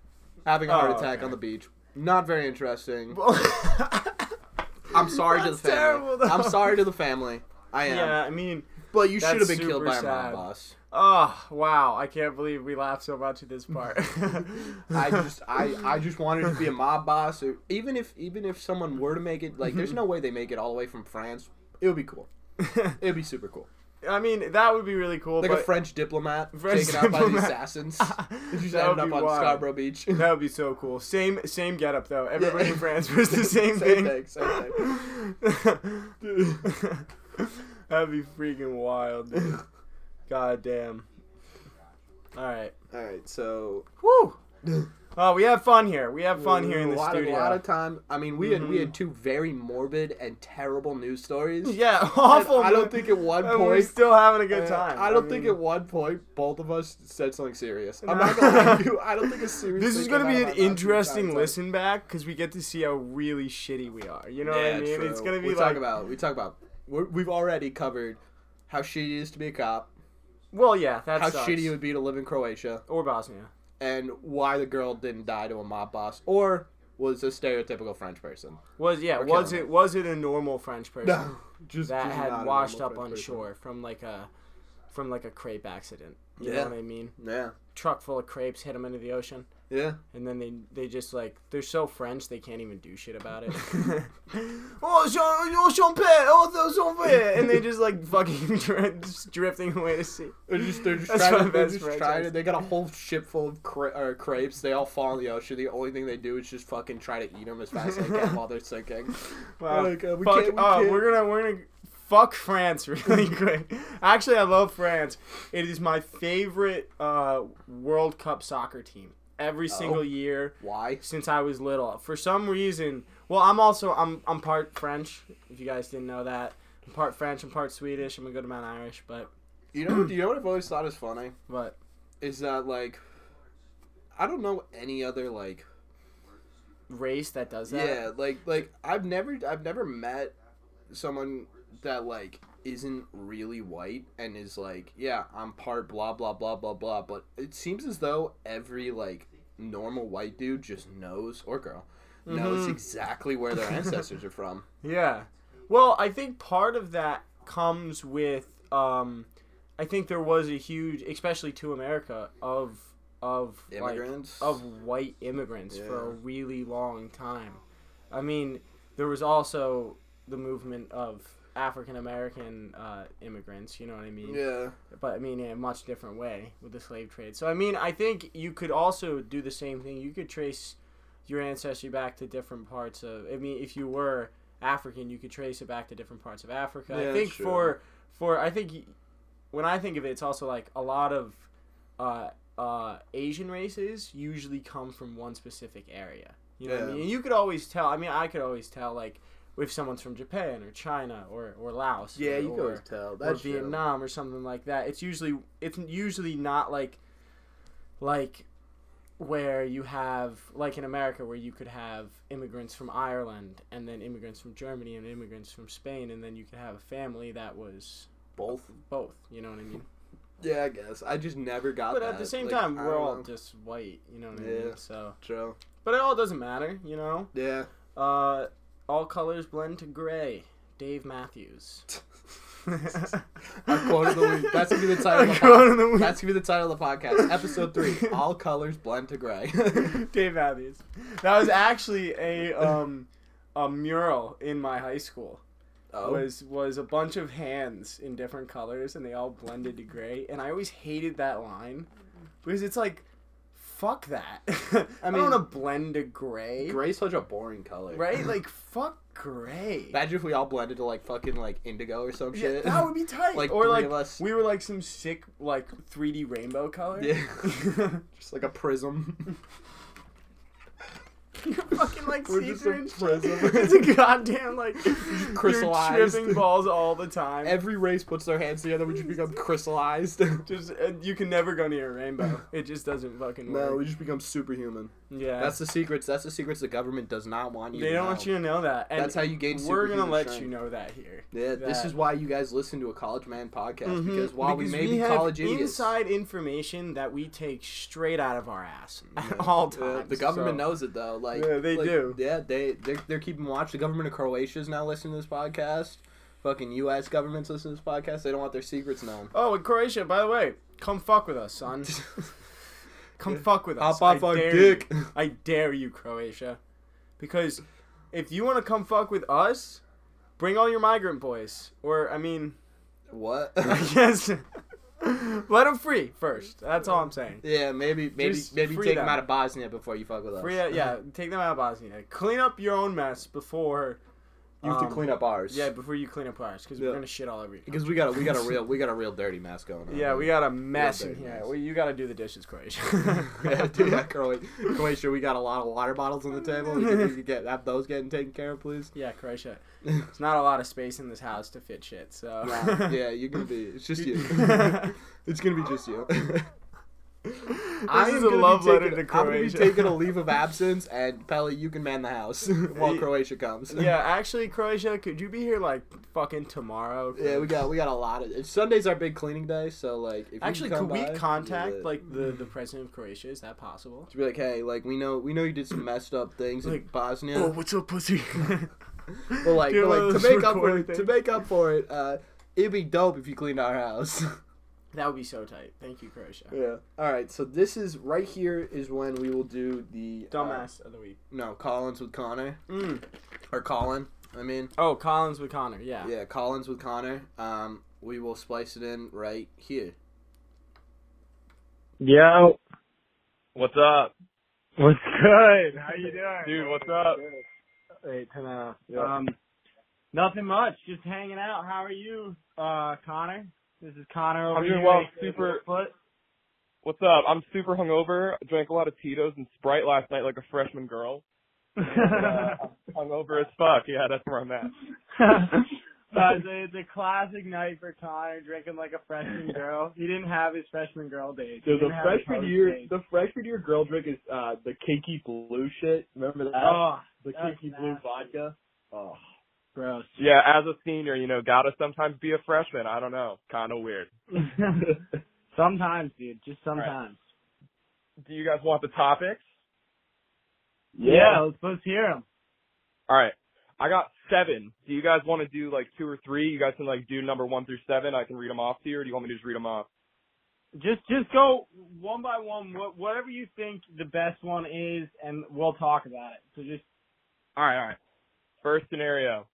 having a heart
Oh,
attack
okay.
on the beach. Not very interesting. I'm
I'm
sorry to the family. I'm sorry to the family. I am.
Yeah, I mean,
But you
That's
should have been killed
super
by a mob
sad.
boss.
oh wow, I can't believe we laughed so much at this part.
I just I, I just wanted to be a mob boss or even if even if someone were to make it like there's no way they make it all the way from France. It would be cool. It'd be super cool.
I mean, that would be really cool.
Like
but
a French diplomat
French
taken out by the
diplomat.
assassins. If you just
That would
ended up
be
on
wild.
Scarborough Beach.
That would be so cool. Same same getup though. Everybody
Yeah.
in France wears the same,
Same
thing.
thing, same
That'd be freaking wild. Dude. God damn. All right.
Alright, so
Woo. Oh, we have fun here. We have fun here in
a
the
lot,
studio.
Of, a lot of time. I mean, we had we
Mhm.
had two very morbid and terrible news stories.
yeah,
And
awful.
I don't
dude.
think at one
And we're
point.
still having a good
uh,
time.
I don't
mean,
think at one point both of us said something serious. I'm not gonna lie to you. I don't think it's serious.
This is
thing
going to
came
be
out
an
of my mouth two
interesting
times.
listen back because we get to see how really shitty we are. You know
yeah,
what I mean?
True.
It's going to be
we
like,
talk about we talk about. We're, we've already covered how shitty it is to be a cop,
well, yeah, that's
how shitty it would be to live in Croatia,
or Bosnia.
and why the girl didn't die to a mob boss or was a stereotypical French person.
Was yeah?
Or
Was
Canada.
it was it a normal French person
just
that
just not
had
a
washed
normal
up
French
on
person.
shore from like a from like a crepe accident? You
Yeah.
know what I mean?
Yeah,
Truck full of crepes hit them into the ocean,
yeah.
and then they they just like they're so French they can't even do shit about it. oh, Jean, oh, champagne, oh, those champagne, and they just like fucking dri- just drifting away to sea.
They're just they're just
That's
trying
my
to, they're
best
just
friend,
trying to
guys.
they got a whole ship full of cra- or crepes. They all fall in the ocean. The only thing they do is just fucking try to eat them as fast as they can while they're sinking.
Wow.
Like, uh, we
fuck,
can't- we
uh,
can't-
We're gonna we're gonna fuck France really quick. Actually, I love France. It is my favorite uh, World Cup soccer team. Every
Oh.
single year
Why?
since I was little. For some reason, well, I'm also I'm I'm part French. If you guys didn't know that, I'm part French. I'm part Swedish. I'm a good amount Irish, but
You know? do you know what I've always thought is funny
but
is that like, I don't know any other like
race that does that.
yeah like like I've never I've never met someone that like isn't really white and is like yeah I'm part blah blah blah blah blah but it seems as though every like normal white dude just knows or girl knows
Mhm.
exactly where their ancestors are from.
Yeah. Well, I think part of that comes with um I think there was a huge especially to America of of like,
Immigrants.
of white immigrants for a
Yeah.
really long time. I mean, there was also the movement of African American uh, immigrants, you know what I mean?
yeah.
But I mean, in a much different way with the slave trade. So, I mean, I think you could also do the same thing. You could trace your ancestry back to different parts of. I mean, if you were African, you could trace it back to different parts of Africa.
Yeah,
I think
sure.
for for I think y- when I think of it, it's also like a lot of uh, uh, Asian races usually come from one specific area. You know what
Yeah.
I mean? And you could always tell. I mean, I could always tell like if someone's from Japan or China or or Laos.
Yeah,
or,
you can
or-
always tell.
or
That's true.
Vietnam or something like that. It's usually it's usually not like like where you have like in America where you could have immigrants from Ireland and then immigrants from Germany and immigrants from Spain and then you could have a family that was
Both.
both, you know what I mean?
Yeah, I guess. I just never got
But
that.
at the same
Uh, Like,
time
I
we're
don't
all
know.
just white, you know what I
Yeah.
mean? So
True.
but it all doesn't matter, you know?
Yeah.
Uh all colors blend to gray. Dave Matthews.
Our quote of the week. That's gonna be the title
Our
of the
quote
podcast.
of the week.
That's gonna be the title of the podcast. Episode three. All colors blend to gray.
Dave Matthews. That was actually a um a mural in my high school.
oh.
Was was a bunch of hands in different colors and they all blended to gray and I always hated that line because it's like fuck that. I,
mean-
don't want to blend to gray,
Gray's such a boring color.
right? Like fuck gray.
Imagine if we all blended to like fucking like indigo or some
Yeah,
shit.
that would be tight.
Like,
or
three
like
of us.
we were like some sick like 3D rainbow color.
Yeah. Just like a prism.
You're fucking like
We're just
Caesar
in
and
prison.
It's a goddamn like you're
crystallized.
tripping balls all the time.
Every race puts their hands together. We just become crystallized.
just uh, you can never go near a rainbow. It just doesn't fucking work.
no, we just become superhuman.
yeah,
That's the secrets. That's the secrets the government does not want you.
they
to
don't
know.
want you to know that. And
That's how you gain.
We're gonna
superhuman
let
strength.
you know that here.
Yeah, this
that-
is why you guys listen to a college man podcast
Mhm,
because while we
because
may be
have
college idiots,
inside information that we take straight out of our ass
Yeah.
at all
Yeah,
times.
the government
so-
knows it though. Like
Yeah, they
like,
do.
Yeah, they they're, they're keeping watch. The government of Croatia is now listening to this podcast. Fucking U.S. governments listen to this podcast. They don't want their secrets known.
Oh, and Croatia, by the way, come fuck with us, son. Come fuck with us.
Hop off
I
our
dare
dick.
you. I dare you, Croatia. Because if you want to come fuck with us, bring all your migrant boys. Or, I mean,
what?
I guess. Let them free first. That's all I'm saying.
yeah, maybe maybe
Just
maybe
free
take them
them.
out of Bosnia before you fuck with us.
Free, uh, yeah, take them out of Bosnia. Clean up your own mess before.
you have to
um,
clean up ours.
Yeah, before you clean up ours, because
Yeah.
we're gonna shit all over you.
because we got a we got a real we got a real dirty mess going on.
Yeah, we got a mess
Yeah,
in
dirty
here.
mess.
Well, you got to do the dishes, Croatia.
yeah, dude, that Croatia, Croatia, we got a lot of water bottles on the table. We could, we could get have those getting taken care of, please.
Yeah, Croatia. There's not a lot of space in this house to fit shit, so.
Nah, yeah, you're gonna be. It's just you. it's gonna be just you. am
I is a
gonna be
love letter
taking-
to
I'm gonna be
Croatia.
taking a leave of absence, and Pelly, you can man the house while
Yeah.
Croatia comes.
yeah, actually, Croatia, could you be here like fucking tomorrow?
Yeah, we got we got a lot of. Sunday's our big cleaning day, so like, if you can
Actually,
come
could we
by,
contact
yeah.
like the the president of Croatia? Is that possible?
To be like, hey, like we know we know you did some messed up things in
Like,
Bosnia.
Oh, what's up, pussy?
But like,
Do
but,
one of
like to
those
make up for
recording
it, to
things.
make up for it, uh, it'd be dope if you cleaned our house.
that would be so tight. Thank you, Croatia.
yeah. All right. So this is right here is when we will do the uh,
Dumbass of the week.
no, Collins with Connor
Mm.
or Colin. I mean,
Oh, Collins with Connor.
Ah.
Yeah.
yeah, Collins with Connor. Um, we will splice it in right here.
Yo,
What's up?
what's good? How you doing?
Dude, what's up?
Wait, ten out.
Yeah.
Um, nothing much. Just hanging out. How are you, uh, Connor? This is Connor over
I'm doing
here.
well. Super-
Foot.
What's up? I'm super hungover. I drank a lot of Tito's and Sprite last night like a freshman girl. And, uh, I'm hungover as fuck. Yeah, that's where I'm at.
uh, the the classic night for Connor drinking like a freshman girl. He didn't have his freshman girl date. He didn't have his host date.
the freshman year girl drink is uh the cakey blue shit. Remember that?
Oh,
the
that's kinky blue nasty.
vodka. Oh.
gross.
Yeah, as a senior, you know, gotta sometimes be a freshman. I don't know. Kinda weird.
sometimes, dude. Just sometimes.
Do you guys want the topics?
Yeah, let's, let's hear him.
All right. I got seven. Do you guys want to do like two or three? You guys can like do number one through seven. I can read them off to you, or do you want me to just read them off?
Just just go one by one. What, whatever you think the best one is, and we'll talk about it. So just
All right, all right. First scenario.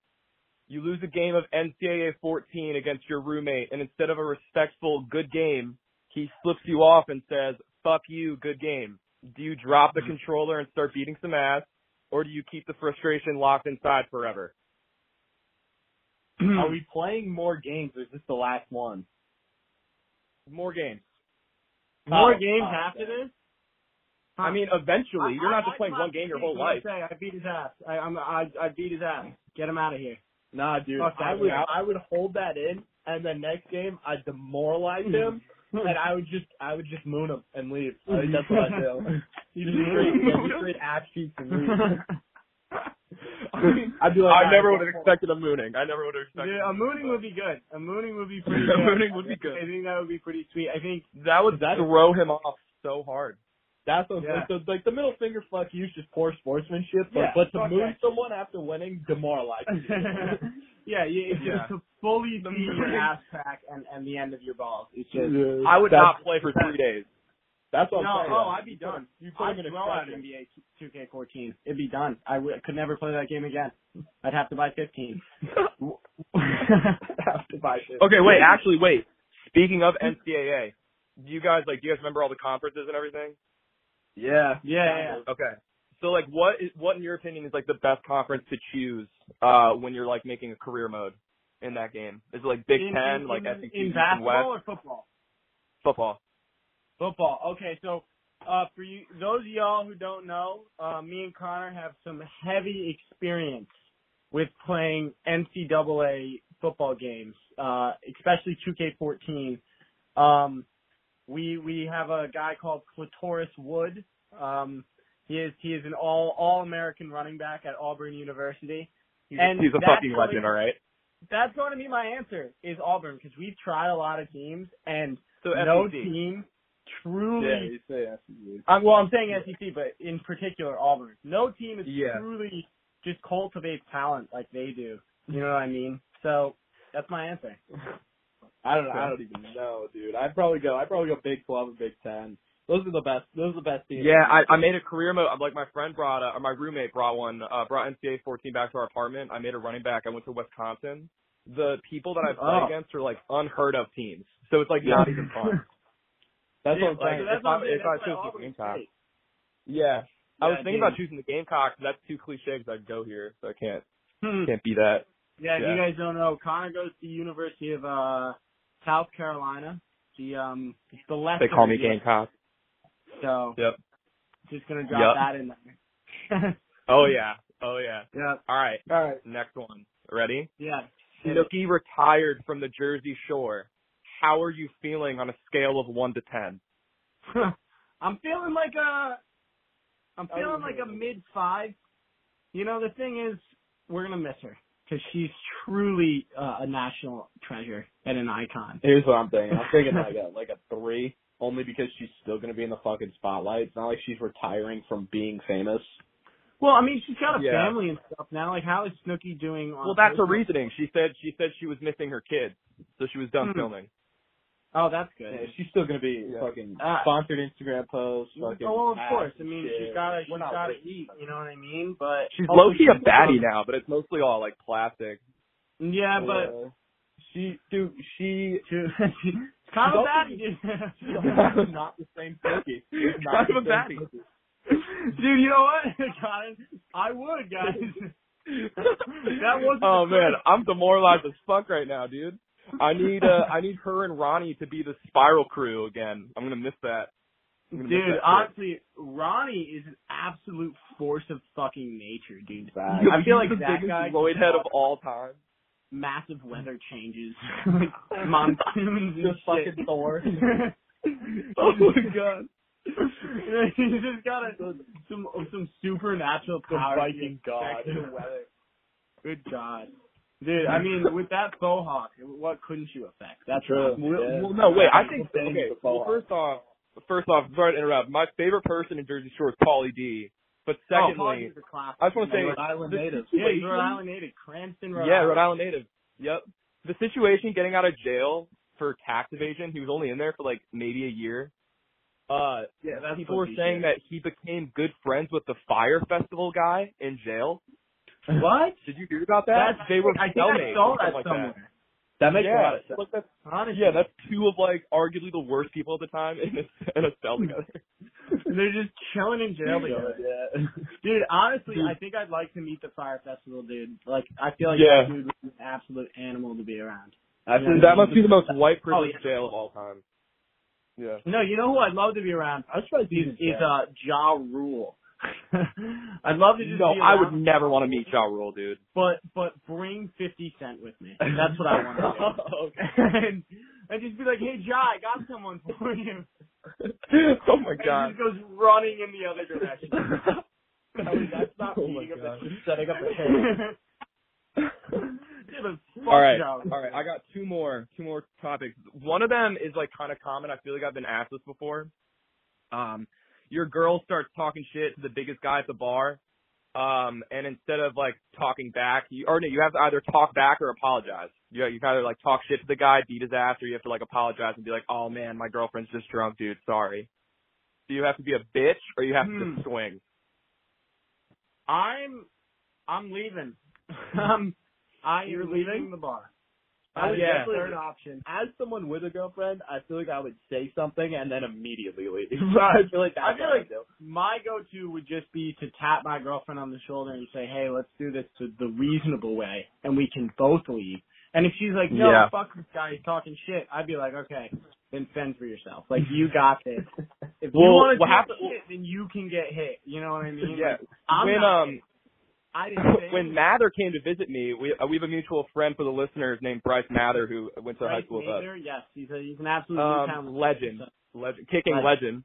You lose a game of NCAA 14 against your roommate, and instead of a respectful good game, he slips you off and says, fuck you, good game. Do you drop the
Hmm.
controller and start beating some ass, or do you keep the frustration locked inside forever?
are we
playing more games or is this the last one?
More games.
more
Oh,
games
oh,
after
yeah.
this?
I mean, eventually. You're
I-
not
I-
just playing
I-
one game your whole
I'm gonna
life.
Say, I beat his ass. I, I'm I, I beat his ass. Get him out of here.
Nah, dude.
Fuck that
I would
crap.
I would hold that in and the next game I demoralize him
Mm-hmm.
and I would just I would just moon him and leave. I think that's what I
Mm-hmm.
do. You just straight, yeah, just straight ass cheeks and leave. I'd be like,
I never
"Alright,
would have
go for
expected a mooning. I never would have expected
yeah, a
it.
mooning would be good. A mooning would be pretty
A
good.
mooning would be good.
I think that would be pretty sweet. I think
That would
That-
throw him off so hard.
it." That's what
Yeah.
like, the, like the middle finger fuck you is just poor sportsmanship. But,
Yeah,
but to
fuck
moon
that.
someone after winning demoralizes you.
yeah, you, it's
Yeah.
just to fully
The
see your
mooning.
ass crack and, and the end of your balls. It's just
I would
that's,
not play for three days.
That's what
No,
I'm saying.
oh, I'd be done.
You put
I'd
him in a
throw out
crushing.
NBA 2K14. It'd be done. I w- could never play that game again. I'd have to buy 15.
have to buy shit.
Okay, wait. Actually, wait. Speaking of NCAA, do you guys like? Do you guys remember all the conferences and everything?
Yeah.
Yeah,
Okay. So like, what is what in your opinion is like the best conference to choose uh when you're like making a career mode in that game? Is it like Big
in,
Ten,
in,
like
in,
SEC,
in
East and West
basketball or football?
football?
Football. Okay, so Uh, for you, those of y'all who don't know, uh, me and Connor have some heavy experience with playing NCAA football games, uh, especially 2K14. Um, we we have a guy called Clitoris Wood. Um, he is he is an all all American running back at Auburn University.
He's,
And
he's a
that's
fucking
going-
legend, all right.
That's going to be my answer is Auburn because we've tried a lot of teams and
So E
no
SEC.
team
Yeah,
truly
you say SEC.
I'm, well, I'm saying SEC, but in particular Auburn. No team is
Yeah.
truly just cultivates talent like they do. You know what I mean? So that's my answer.
I don't. I don't even know, dude. I'd probably go. I'd probably go Big Twelve and Big Ten. Those are the best. Those are the best teams.
Yeah, I, I made a career mode. Like my friend brought, uh, or my roommate brought one, uh, brought NCAA 14 back to our apartment. I made a running back. I went to Wisconsin. The people that I play
Oh.
against are like unheard of teams, so it's like not even fun.
that's
Yeah,
what
like,
I'm saying.
if I- if I choose the Gamecock. Yeah. I
Yeah,
was thinking
dude.
about choosing the Gamecocks. That's too cliche because I'd go here, so I can't
Hmm.
can't be that.
Yeah, if
Yeah.
you guys don't know, Connor goes to the University of uh South Carolina. The um the left.
They call
of
me
the U.S.,
Gamecock.
So
Yep.
just gonna drop
Yep.
that in there.
Oh yeah. Oh yeah.
yeah.
All right.
All right.
Next one. Ready?
Yeah.
Snooki retired from the Jersey Shore. How are you feeling on a scale of one to ten?
I'm feeling like a I'm
Oh,
feeling
yeah.
like a mid five. You know, the thing is, we're gonna miss her because she's truly uh, a national treasure and an icon.
Here's what I'm thinking. I'm thinking like a like a three, only because she's still gonna be in the fucking spotlight. It's not like she's retiring from being famous.
Well, I mean, she's got a
Yeah.
family and stuff now. Like, how is Snooki doing? On
Well, that's her
social-
reasoning. She said she said she was missing her kids, so she was done
Hmm.
filming.
Oh, that's
Yeah,
good.
she's still gonna be
Yeah.
fucking
Uh,
Ah.
sponsored Instagram posts.
Oh,
Fucking
well, of
ads
course. I
and
mean,
shit.
she's got to she's
We're not
got to
rich.
eat. You know what I mean? But oh,
She's
hopefully
low key a
she's
baddie
done.
now, but it's mostly all like plastic.
Yeah, but
Uh, she, dude, she.
it's kind of a baddie,
She's
dude.
also not the same Snooki. She's not
Kind of
the
a
same
baddie.
Snooki.
Dude, you know what, guys? I would, guys. That wasn't
oh
the
man, I'm demoralized as fuck right now, dude. I need uh, I need her and Ronnie to be the Spiral Crew again. I'm gonna miss that. I'm gonna miss
Dude,
that shit.
honestly, Ronnie is an absolute force of fucking nature, dude.
Bad.
I feel like
He's the
that
biggest
guy
Lloyd head of all time.
massive weather changes, like monsoons and
Just
shit.
fucking Thor.
Oh my god.
He's just got a, some some supernatural
The
power.
Viking god.
Good God, dude! I mean, with that bohawk, what couldn't you affect? That's
True.
Will-
Yeah.
Well, no, wait. I
He's
think
the same
okay.
as the
Well,
Mohawk.
first off, first off, sorry to interrupt. My favorite person in Jersey Shore is Pauly D. But
oh, Hawkins
secondly,
is a classic.
I just want to say
Rhode Island
the
native.
Yeah, he's
situation-
Rhode Island native, Cranston, Rhode
yeah,
Island.
Rhode Island native. Yep. The situation getting out of jail for tax evasion, he was only in there for like maybe a year. Uh,
Yeah, that's
people were
what he
saying
said.
that he became good friends with the fire festival guy in jail.
What?
Did you hear about that? they were
I think I
cellmates or
saw that
something like
somewhere.
That makes
yeah,
a lot of sense.
look, that's,
Honestly,
yeah, that's two of like arguably the worst people at the time in a, in a cell
Hmm.
together.
they're just chilling in jail together.
Yeah.
Dude, honestly, I think I'd like to meet the Fire Festival dude. Like, I feel like
Yeah.
that dude was an absolute animal to be around.
I
Yeah,
think
that must be the most white
Oh, yeah.
privileged jail of all time. Yeah.
No, you know who I'd love to be around
I was trying to
is, is uh Ja Rule. I'd love to just
No,
be
I would
around,
never want to meet Ja Rule, dude.
but but bring Fifty Cent with me. That's what I want to do.
Oh,
and, and just be like, hey Ja, I got someone for you.
oh my
And he just goes running in the other direction.
that's not
Oh my
meeting
God.
up. That's just setting up a table.
Dude, fuck
All right,
Ja
all
Rule.
right. I got two more, two more topics. One of them is like kind of common. I feel like I've been asked this before. Um, your girl starts talking shit to the biggest guy at the bar, um, and instead of like talking back, you or no, you have to either talk back or apologize. You you either like talk shit to the guy, beat his ass, or you have to like apologize and be like, "Oh man, my girlfriend's just drunk, dude. Sorry." Do you have to be a bitch or you have to
Hmm.
just swing?
I'm I'm leaving. um, I
You're
am
leaving? Oh,
the bar.
I would
Yeah.
definitely-
Third option.
As someone with a girlfriend, I feel like I would say something and then immediately leave. I feel like that's
I feel
what
like- My go-to would just be to tap my girlfriend on the shoulder and say, "Hey, let's do this the, the reasonable way, and we can both leave." And if she's like, "No,
Yeah.
fuck this guy, he's talking shit," I'd be like, "Okay, then fend for yourself. Like you got this. If you
Well,
want
what
to
happened-
get hit, then you can get hit. You know what I mean?
Yeah.
Like, I'm
when
not
um
hit. I didn't say
when Mather came to visit me, we uh, we have a mutual friend for the listeners named Bryce Mather who went to high school with us.
Mather, yes, he's a, he's an absolute
Um, legend, legend, kicking legend.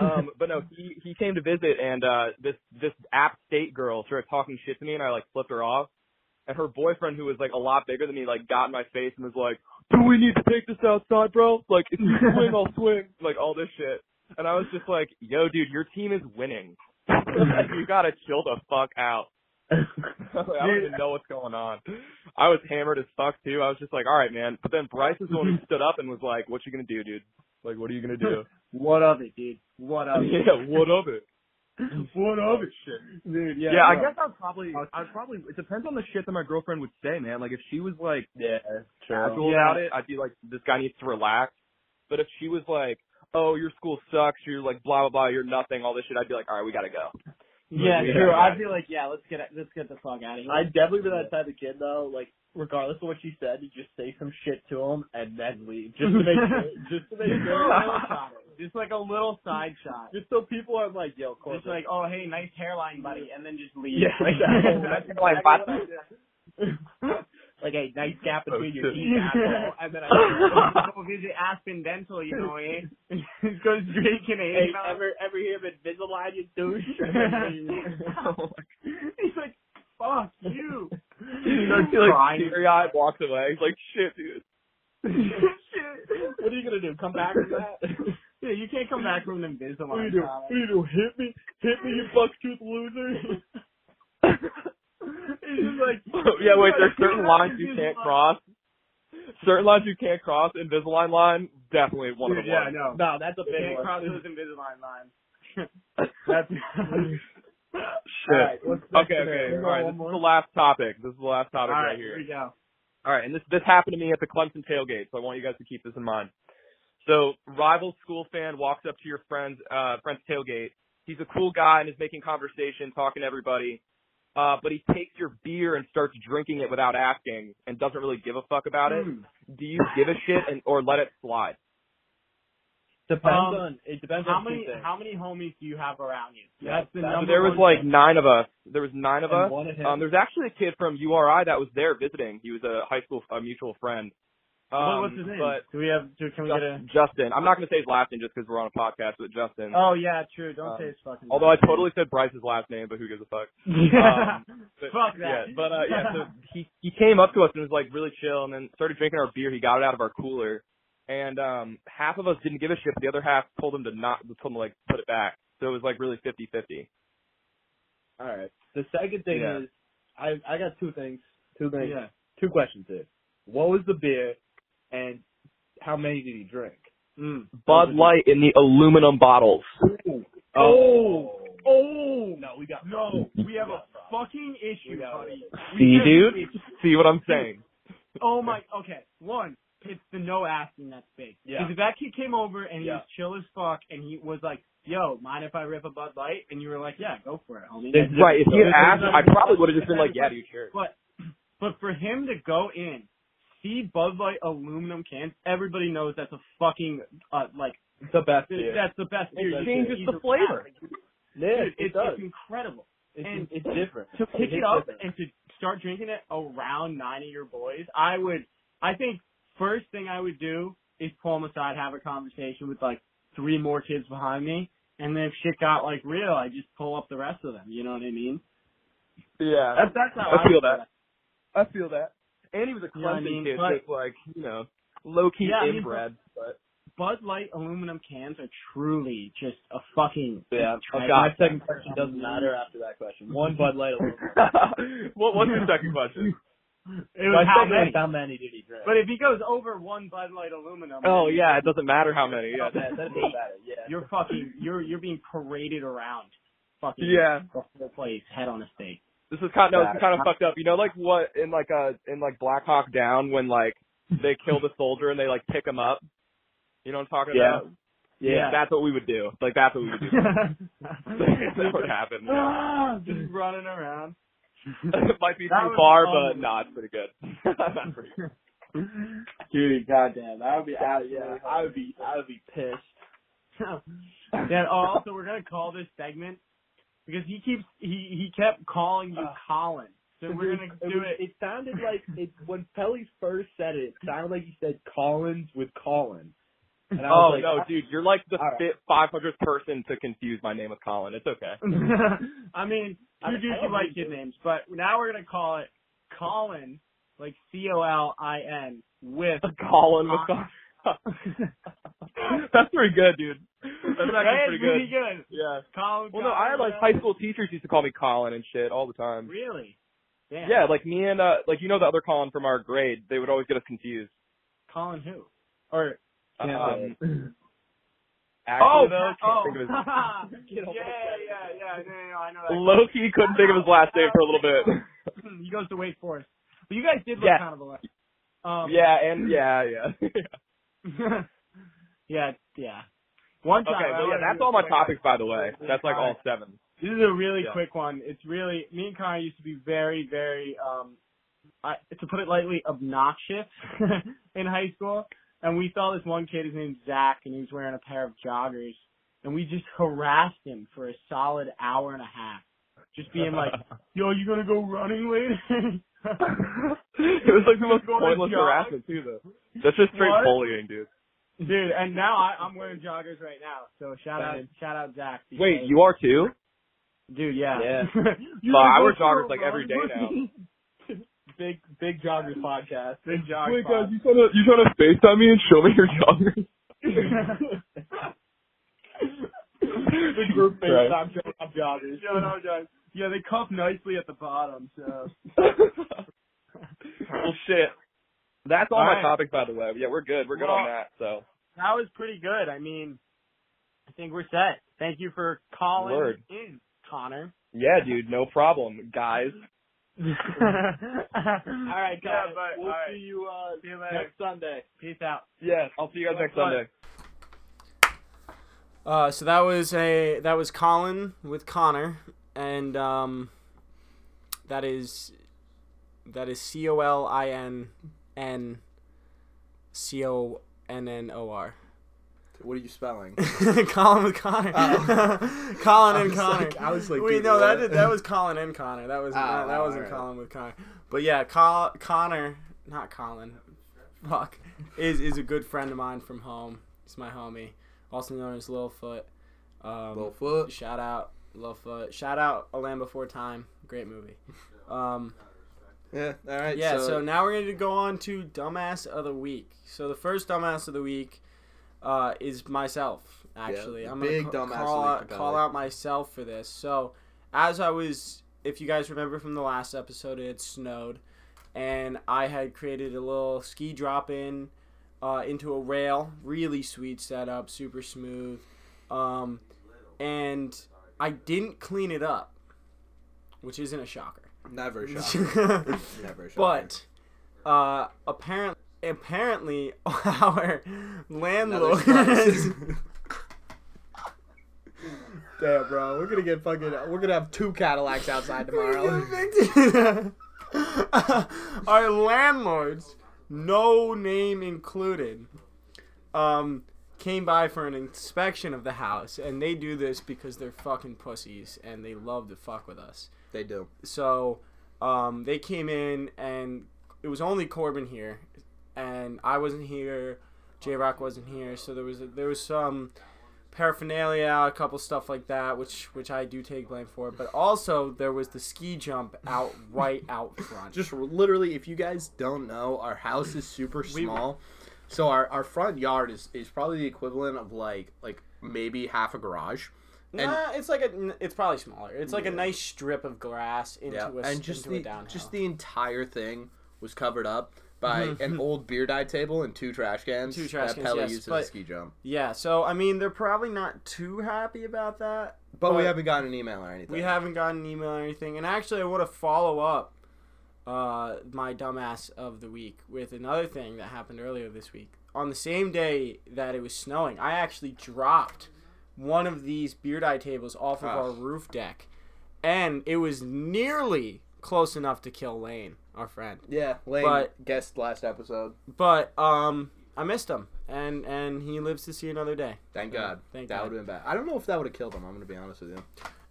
um, but no, he he came to visit, and uh, this this App State girl started talking shit to me, and I like flipped her off. And her boyfriend, who was like a lot bigger than me, like got in my face and was like, "Do we need to take this outside, bro? Like, if you swing, I'll swing." Like all this shit, and I was just like, "Yo, dude, your team is winning. like, you gotta chill the fuck out." Like, I don't even know what's going on. I was hammered as fuck too. I was just like, all right, man. But then Bryce is the one who stood up and was like, what you gonna do, dude? Like, what are you gonna do?
what of it, dude? What of it?
yeah, what of it?
what of it, shit, dude? Yeah,
Yeah, I guess I'd probably, I'd probably. It depends on the shit that my girlfriend would say, man. Like if she was like
Yeah,
casual
Yeah.
about it, I'd be like, this guy needs to relax. But if she was like, oh, your school sucks, you're like blah blah blah, you're nothing, all this shit, I'd be like, all right, we gotta go.
Yeah,
Yeah.
true. I'd be like, yeah, let's get let's get the fuck out of here.
I'd definitely be that type of kid though. Like, regardless of what she said, you just say some shit to him and then leave, just to make sure, just to make sure,
just like a little side shot.
just so people aren't like, yo, Corbin.
Just like, oh hey, nice hairline, buddy, and then just leave.
yeah,
Like, oh,
like,
That's like, what?
like a nice gap between your teeth,
Yeah.
asshole. And then I
Go visit Aspen Dental, you know, eh? Just eh? go straight
hey,
Canadian.
ever ever hear of Invisalign, you douche?
oh He's like, fuck you.
Like, she, like
Crying.
teary eyed, walks away. He's like, shit, dude.
what are you gonna do? Come back from that?
Yeah, you can't come back from an Invisalign.
What do you do?
pal.
What do you do? Hit me? Hit me, you buck-toothed loser? He's just like,
yeah, wait. There's certain lines you can't cross. Certain lines you can't cross. Invisalign line, definitely one of
Dude,
the
yeah, I
ones.
know.
no, that's a big
Can't
one.
cross those Invisalign lines. That's
Shit.
Alright, what's next
Okay, okay.
scenario?
All right, this is the last topic. This is the last
all
topic
right.
right
Here
here.
we go.
All right, and this this happened to me at the Clemson tailgate, so I want you guys to keep this in mind. So, rival school fan walks up to your friend's uh, friend's tailgate. He's a cool guy and is making conversation, talking to everybody. Uh, but he takes your beer and starts drinking it without asking, and doesn't really give a fuck about it.
Hmm.
Do you give a shit and or let it slide?
Depends
Um,
on, it depends
How
on two
many
things.
how many homies do you have around you?
Yeah,
That's the
that's-
So
number.
there was
one
like
thing.
nine of us. There was nine of
And
us.
one of him.
Um, there's actually a kid from URI that was there visiting. He was a high school a mutual friend. Um,
What, what's his name?
But
do we have? Do, can we get a?
Justin, Justin. I'm not going to say his last name just because we're on a podcast with Justin.
Oh yeah, true.
Um,
Don't say his fucking.
Although I
name.
totally said Bryce's last name, but who gives a fuck?
Yeah.
um, But,
Fuck
Yeah,
that.
but uh, yeah, so he he came up to us and was like really chill, and then started drinking our beer. He got it out of our cooler, and um, half of us didn't give a shit. but The other half told him to not, told him to, like put it back. So it was like really fifty fifty.
Alright. The second thing
Yeah.
is, I, I got two things, two things,
yeah.
two questions here. What was the beer, and how many did he drink?
Mm.
Bud Light in the aluminum bottles.
Oh. Oh.
No, we got
No, we have a fucking issue,
Yeah.
buddy.
See,
have
dude?
an issue.
See what I'm saying?
Oh my. Okay. One, it's the no asking that's big.
Yeah.
Because if that kid came over and he
Yeah.
was chill as fuck and he was like, "Yo, mind if I rip a Bud Light?" and you were like, "Yeah, go for it, homie."
There's-
Right. If he had asked, I probably would have just been like, "Yeah, dude, sure."
But but for him to go in, see Bud Light aluminum cans, everybody knows that's a fucking uh, like
The best
th-
beer.
that's the best. beer you
changes
can
the
easily
flavor.
have.
Yeah,
Dude,
it,
it's,
does.
it's incredible.
It's,
and-
it's different.
To pick
is
it up
different.
and to start drinking it around nine of your boys, I would. I think first thing I would do is pull them aside, have a conversation with like three more kids behind me, and then if shit got like real, I just pull up the rest of them. You know what I mean?
Yeah.
That's that's how
I feel
would do
that. I feel that. And he was a
You know what I
Clemson
mean?
kid,
But-
so it's like you know, low key
Yeah, I mean,
inbred. But
Bud Light aluminum cans are truly just a fucking
Yeah.
Right.
Okay, my second question doesn't matter after that question. One Bud Light alone.
what what's your second question?
It was how many?
How many did he drink?
But if he goes over one Bud Light aluminum,
Oh
then
yeah, it doesn't matter how many. Yeah.
Oh, man, that doesn't matter. Yeah.
you're fucking you're you're being paraded around, fucking
Yeah.
the whole place, head on a stake.
This is kind of no, this is kind of fucked up. You know, like what in like uh in like Black Hawk Down when like they kill the soldier and they like pick him up. You know what I'm talking
Yeah.
about?
Yeah.
That's what we would do. Like that's what we would do. that would happen. Yeah.
just running around.
it might be
Ah. That
too
was
far, but
awesome.
nah, it's pretty good. That's pretty good.
Dude, goddamn, I would be out.
really
Yeah,
hard.
I would be, I would be pissed. yeah. Oh, also, we're gonna call this segment because he keeps he he kept calling you
Uh,
Ugh.
Colin, so we're gonna
was-
do
was-
it.
It sounded like it when Pelly first said it. It sounded like he said Collins with Colin. And I
Oh
was like,
no,
ah.
dude, you're like the
All right.
fi 500th person to confuse my name with Colin. It's okay.
I mean,
I-
you do
I don't
you like
hate
kid
it.
names, but now we're gonna call it Colin, like C O L I N, with
Colin
Ah.
with Colin. That's pretty good, dude. That's
Right?
actually pretty
Pretty
good.
good.
Yeah.
Colin.
Well, no, I had like
Colin,
high school teachers used to call me Colin and shit all the time.
Really? Damn.
Yeah, like me and uh, like you know the other Colin from our grade, they would always get us confused.
Colin who? Or
Yeah.
uh,
Um, actually,
oh,
though, can't
oh.
think of his.
yeah, yeah, yeah. No, no, no, I know that.
Loki couldn't think of his last name for a little bit.
he goes to Wake Forest. But you guys did look
Yeah.
kind of alike. Um,
yeah, and yeah, yeah.
yeah, yeah. One time.
Okay,
I
but yeah,
wanna
that's
do a
all my
quick-
topics, by the way. That's like all seven.
This is a really
Yeah.
quick one. It's really me and Connor used to be very, very, um, I, to put it lightly, obnoxious in high school. And we saw this one kid. His name's Zach, and he was wearing a pair of joggers. And we just harassed him for a solid hour and a half, just being like, "Yo, you gonna go running later?"
it was like the most
Going to
pointless
jog.
harassment too, though. That's just straight
What?
bullying, dude.
Dude, and now I, I'm wearing joggers right now. So shout out,
Same.
shout out, Zach.
Wait, you are too?
dude, yeah.
Yeah.
You
Well,
should
I
go
wear
for a
joggers, like, every
run.
day now.
big big joggers podcast.
Big joggers.
Oh
pod.
you trying to you trying to FaceTime me and show me your joggers?
Big group FaceTime showing up joggers.
Yo, no, guys. Yeah, they cuff nicely at the bottom. So
well, shit. That's all,
All
my
right.
topics, by the way. Yeah, we're good. We're good on that. So
that was pretty good. I mean, I think we're set. Thank you for calling
Word.
in, Connor.
yeah, dude, no problem, guys.
all right,
Alright, guys.
Yeah, but,
we'll
all right.
see you uh
See you later.
next Sunday.
Peace out.
Yeah, I'll see you guys next
Bye.
Sunday.
Uh, so that was a that was Colin with Connor, and um, that is that is C O L I N N C O N N O R.
What are you spelling?
Colin with Connor. Colin
I
and
was
Connor.
like- I was like,
wait,
dude,
no, that
what?
that was Colin and Connor. That was not,
Oh,
that wasn't
alright.
Colin with Connor. But yeah, Col- Connor, not Colin. Fuck, is is a good friend of mine from home. He's my homie, also known as Littlefoot. Um,
Littlefoot.
Shout out Littlefoot. Shout out A Land Before Time. Great movie. Um,
Yeah. All right.
yeah, so, now we're going to go on to Dumbass of the Week. So the first Dumbass of the Week uh, is myself, actually.
the
I'm going
big
to
Dumbass of the
call,
Week
out,
for
call
Belly.
out myself for this. So, as I was, if you guys remember from the last episode, it had snowed, and I had created a little ski drop in uh, into a rail. Really sweet setup, super smooth. Um, and I didn't clean it up, which isn't a shocker.
never shot. never shot.
But uh, apparently, apparently, our
Another
landlord.
slice. Damn, bro, we're gonna get fucking. We're gonna have two Cadillacs outside tomorrow.
our landlords, no name included, um, came by for an inspection of the house, and they do this because they're fucking pussies and they love to fuck with us.
they do.
So um, they came in, and it was only Corbin here, and I wasn't here. J Rock wasn't here, so there was there was some paraphernalia, a couple stuff like that, which which I do take blame for. But also there was the ski jump out right out front.
Just literally, if you guys don't know, our house is super small, so our, our front yard is is probably the equivalent of like like maybe half a garage. and-
nah, it's like a it's probably smaller. It's like a nice strip of grass into
Yeah,
a s-
and just
into
the
a downhill.
just the entire thing was covered up by an old beer dye table and two trash cans.
Two trash
that
cans,
Pelly
yes,
used as a
but-
ski jump.
yeah, so I mean they're probably not too happy about that.
But, we
but-
haven't gotten an email or anything.
We haven't gotten an email or anything. And actually, I want to follow up uh, my dumbass of the week with another thing that happened earlier this week. On the same day that it was snowing, I actually dropped one of these beer dye tables off of
Ah.
our roof deck, and it was nearly close enough to kill Lane. our friend.
Yeah, Lane
But-
guest last episode.
But um, I missed him, and and he lives to see another day.
Thank
Yeah,
God.
thank
that
God.
would have been bad. I don't know if that would have killed him. I'm gonna be honest with you.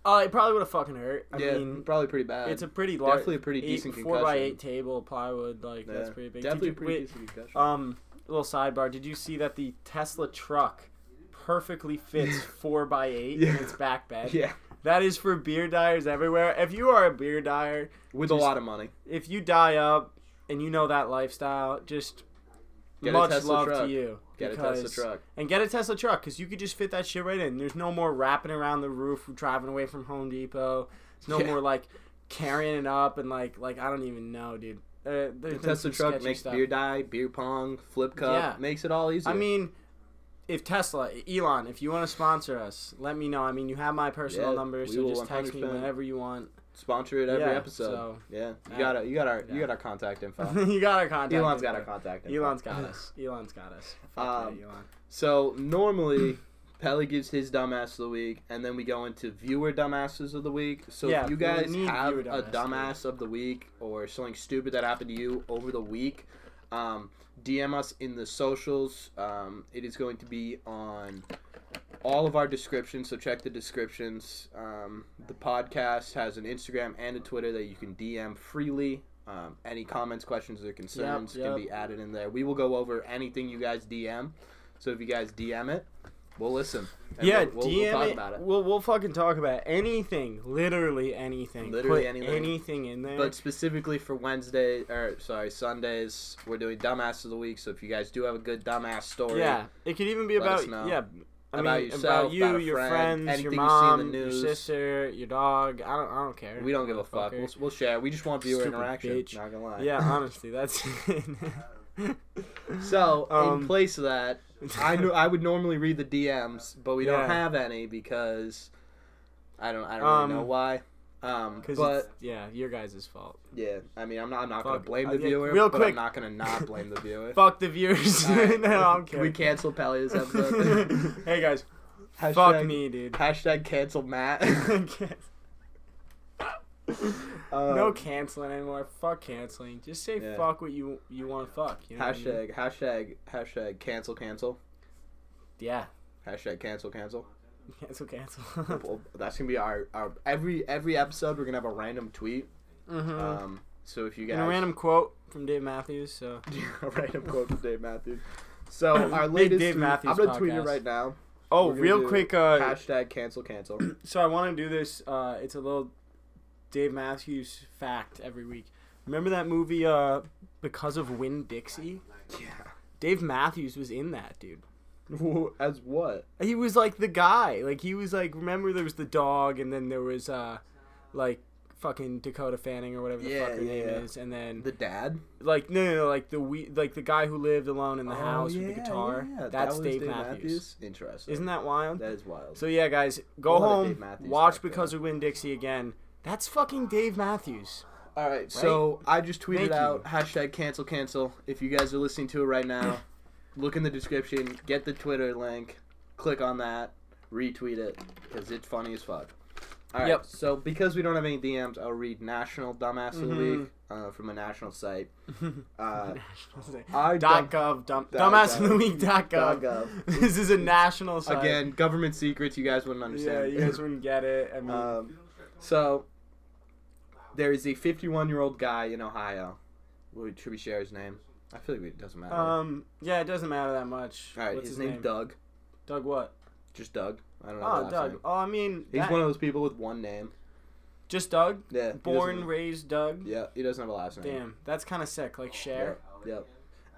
Uh, it probably would have fucking hurt. I
yeah,
mean,
probably pretty bad.
it's a pretty large,
definitely a pretty decent
eight, four by
concussion.
eight table plywood. Like that's
Yeah,
pretty big. Did
Definitely
you-
a pretty
wait,
decent concussion.
Um, little sidebar. Did you see that the Tesla truck perfectly fits four by eight in
Yeah.
its back bed?
yeah,
That is for beer dyers everywhere. If you are a beer dyer,
with a
just-
lot of money.
if you die up and you know that lifestyle, just
Get a
much
Tesla
love
truck.
to you.
Get a
because-
Tesla truck.
And get a Tesla truck because you could just fit that shit right in. There's no more wrapping around the roof, driving away from Home Depot. There's no
Yeah.
more like carrying it up and like like I don't even know, dude. Uh,
The
there's been
Tesla
some
truck
sketchy
makes
stuff.
beer dye, beer pong, flip cup.
Yeah.
Makes it all easy.
I mean, if Tesla, Elon, if you want to sponsor us, let me know. I mean, you have my personal
Yeah,
number,
we
so
will
just text me
100%.
whenever you want.
sponsor it every
yeah,
episode.
so-
yeah, you
Yeah.
got our, you got our,
Yeah.
you got our contact info.
you got our contact.
Elon's got
info.
our contact. Info.
Elon's got us. Elon's got us. Fuck
Um,
yeah, Elon.
So normally, Pelly gives his dumbass of the week, and then we go into viewer dumbasses of the week. So
Yeah,
if you
we
guys
need
have
viewer
a
dumbass of the
dumbass of the week or something stupid that happened to you over the week, um, DM us in the socials. Um, it is going to be on all of our descriptions, so check the descriptions. Um, the podcast has an Instagram and a Twitter that you can DM freely. Um, any comments, questions, or concerns
yep.
can be added in there. We will go over anything you guys DM. So if you guys DM it, we'll listen. and
Yeah,
we'll, we'll- we'll
DM
talk
it.
about it.
We'll we'll fucking talk about it. anything, literally anything.
Literally
Put
anything.
anything in there.
But specifically for Wednesday, or sorry, Sundays, we're doing dumbass of the week. So if you guys do have a good dumbass story,
yeah, it could even be
Let us
about
know.
yeah. I
About
mean,
yourself,
about you,
about a
your
friend,
friends,
anything
your
you see in the
mom, your
news.
sister, your dog. I don't, I don't care.
we don't give a fuck.
Motherfucker.
We'll, we'll share. We just want viewer
Stupid
interaction.
bitch.
Not gonna lie.
Yeah, honestly, that's.
So in
Um,
place of that, I knew I would normally read the DMs, but we don't
Yeah.
have any because I don't I don't
Um,
really know why. Um,
Because
but
yeah, your guys' fault.
yeah, I mean I'm not I'm not gonna
Fuck.
blame
Uh,
the
yeah,
viewer.
real
but I'm
quick.
not gonna not blame the viewer.
Fuck the viewers.
All right.
no, I'm
Can we
kidding.
cancel Pelly's episode?
hey guys,
hashtag,
fuck me, dude.
Hashtag cancel Matt.
no
Um,
canceling anymore. Fuck canceling. Just say
yeah.
fuck what you you want to fuck. You know what I mean?
hashtag hashtag hashtag cancel cancel
Yeah.
hashtag cancel cancel.
Cancel, cancel.
Well, That's gonna be our, our every every episode we're gonna have a random tweet.
hmm
Um, so if you guys
and a random quote from Dave Matthews. So
a random quote from Dave Matthews. So our
Big
latest,
Dave
tweet-
Matthews
I'm gonna tweet it
podcast.
right now.
oh,
We're gonna
real
do
quick. Uh,
Hashtag cancel cancel.
so I want to do this. Uh, it's a little Dave Matthews fact every week. Remember that movie? Uh, because of Win Dixie.
yeah.
Dave Matthews was in that, dude.
As what?
He was like the guy. Like he was like remember there was the dog and then there was uh like fucking Dakota Fanning or whatever the
Yeah,
fuck her
yeah,
name
yeah.
is and then
The dad?
like no no, no like the we like the guy who lived alone in the house with the guitar.
Oh, yeah, that
That's
was
Dave, Matthews.
Interesting.
Isn't that wild?
that is wild?
so yeah guys, go
lot of Dave
home,
Matthews
watch
stuff, yeah.
Because of Win Dixie again. That's fucking Dave Matthews.
All right, so I just tweeted
Thank you.
out hashtag cancel cancel. If you guys are listening to it right now, look in the description, get the Twitter link, click on that, retweet it because it's funny as fuck. All right,
Yep.
so because we don't have any DMs, I'll read National Dumbass of the Week
Mm-hmm.
uh, from a national site. Uh, our dumb-
dot gov dumb,
dot
dumbass of the
gov.
week dot
Dot
gov. This is a national site.
again, government secrets. You guys wouldn't
Yeah,
understand.
you guys wouldn't get it. I mean,
Um, so there is a 51 year old guy in Ohio. Wait, Should we share his name? I feel like it doesn't matter.
Um. Yeah, it doesn't matter that much.
Uh, All right,
What's
his, name's Doug.
Doug what?
Just Doug. I don't know. the
Oh,
last
Doug.
name.
Oh, I mean,
He's
that-
one of those people with one name.
just Doug.
Yeah. he
Born,
doesn't-
raised Doug.
Yeah, he doesn't have a last name.
Damn, that's kind of sick. Like
Yeah,
share.
Yep.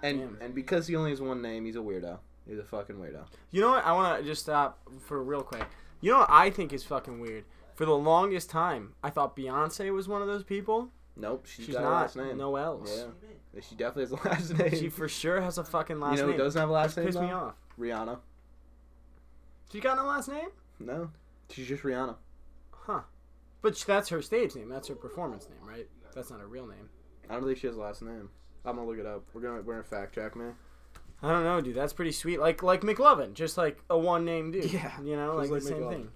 And
Damn.
and because he only has one name, he's a weirdo. He's a fucking weirdo.
You know what? I want to just stop for real quick. You know what I think is fucking weird. For the longest time, I thought Beyonce was one of those people.
Nope, she's,
She's,
got
not.
a last name.
No else.
Yeah. She definitely has a last name.
She for sure has a fucking last
you know
name.
who doesn't have a last name?
Piss me
though?
off.
Rihanna.
She got no last name?
No. She's just Rihanna.
Huh. But sh- that's her stage name. That's her performance name, right? That's not her real name.
I don't think she has a last name. I'm gonna look it up. We're gonna we're gonna fact check, man.
I don't know, dude. That's pretty sweet. Like like McLovin, just like a one name dude.
Yeah,
you
just
know, like,
like
the same
McLovin.
thing.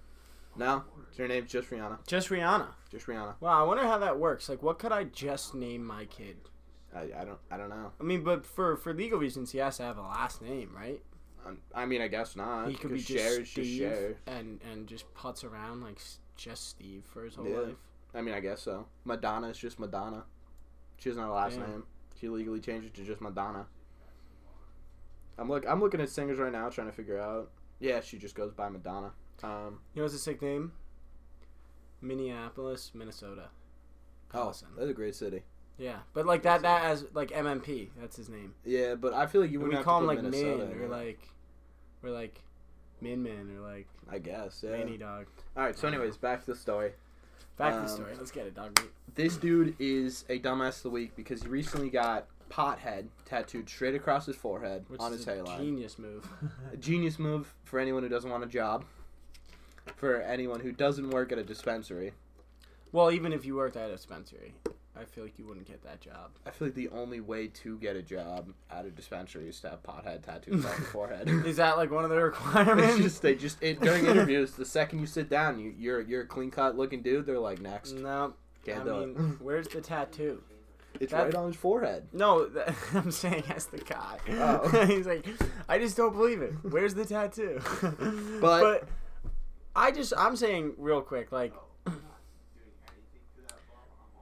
No, it's your name just Rihanna.
Just Rihanna.
Just Rihanna.
Wow, I wonder how that works. Like, what could I just name my kid?
I, I don't I don't know.
I mean, but for for legal reasons, he has to have a last name, right?
I'm, I mean, I guess not.
he could be
because
just
Cher is
Steve
Cher.
and and just putts around like s- just Steve for his whole
Yeah.
life.
I mean, I guess so. Madonna is just Madonna. She doesn't have a last
Yeah.
name. She legally changed it to just Madonna. I'm look. I'm looking at singers right now, trying to figure out. Yeah, she just goes by Madonna. Um,
You know what's a sick name? Minneapolis, Minnesota.
oh,
Collison.
that's a great city.
Yeah, but like that that as like MMP. That's his name.
Yeah, but I feel like you
And
wouldn't
we
have
call
to
him
put
like
Minnesota.
Min
in
or
it.
like or like Min Min or like
I guess. Yeah.
Rainy Dog.
All right. So, anyways, back to the story.
Back to the
Um,
story. Let's get it, dog.
This dude is a dumbass of the week because he recently got pothead tattooed straight across his forehead
Which
on
is
his
a
hairline.
genius move.
a genius move for anyone who doesn't want a job. For anyone who doesn't work at a dispensary,
well, even if you worked at a dispensary, I feel like you wouldn't get that job.
I feel like the only way to get a job at a dispensary is to have pothead tattoos on your forehead.
Is that like one of the
It's
requirements?
just they just it, during interviews, the second you sit down, you, you're you're a clean cut looking dude. They're like, next,
no.
can't
I
do
mean, where's the tattoo?
it. It's
that-
right on his forehead.
No, th- I'm saying as the guy.
Oh.
He's like, I just don't believe it. Where's the tattoo?
But-
I just, I'm saying real quick, like,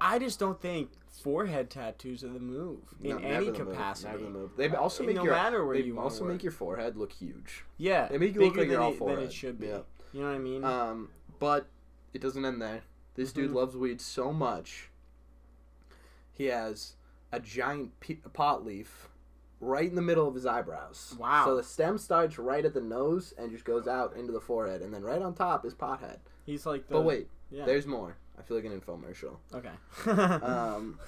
I just don't think forehead tattoos are the move in
No,
any
never the move,
capacity. Uh,
never the move. They also
No
make your
matter where
they
you wanna
also
work.
make your forehead look huge.
Yeah,
They make you look
bigger
like you're
than
all
it- than
forehead.
it should be.
Yeah.
You know what I mean?
Um, but it doesn't end there. This dude
Mhm.
loves weed so much. He has a giant pe- pot leaf right in the middle of his eyebrows.
Wow.
So the stem starts right at the nose and just goes out into the forehead, and then right on top is pothead.
He's like the.
But wait,
yeah.
there's more. I feel like an infomercial.
Okay.
Um,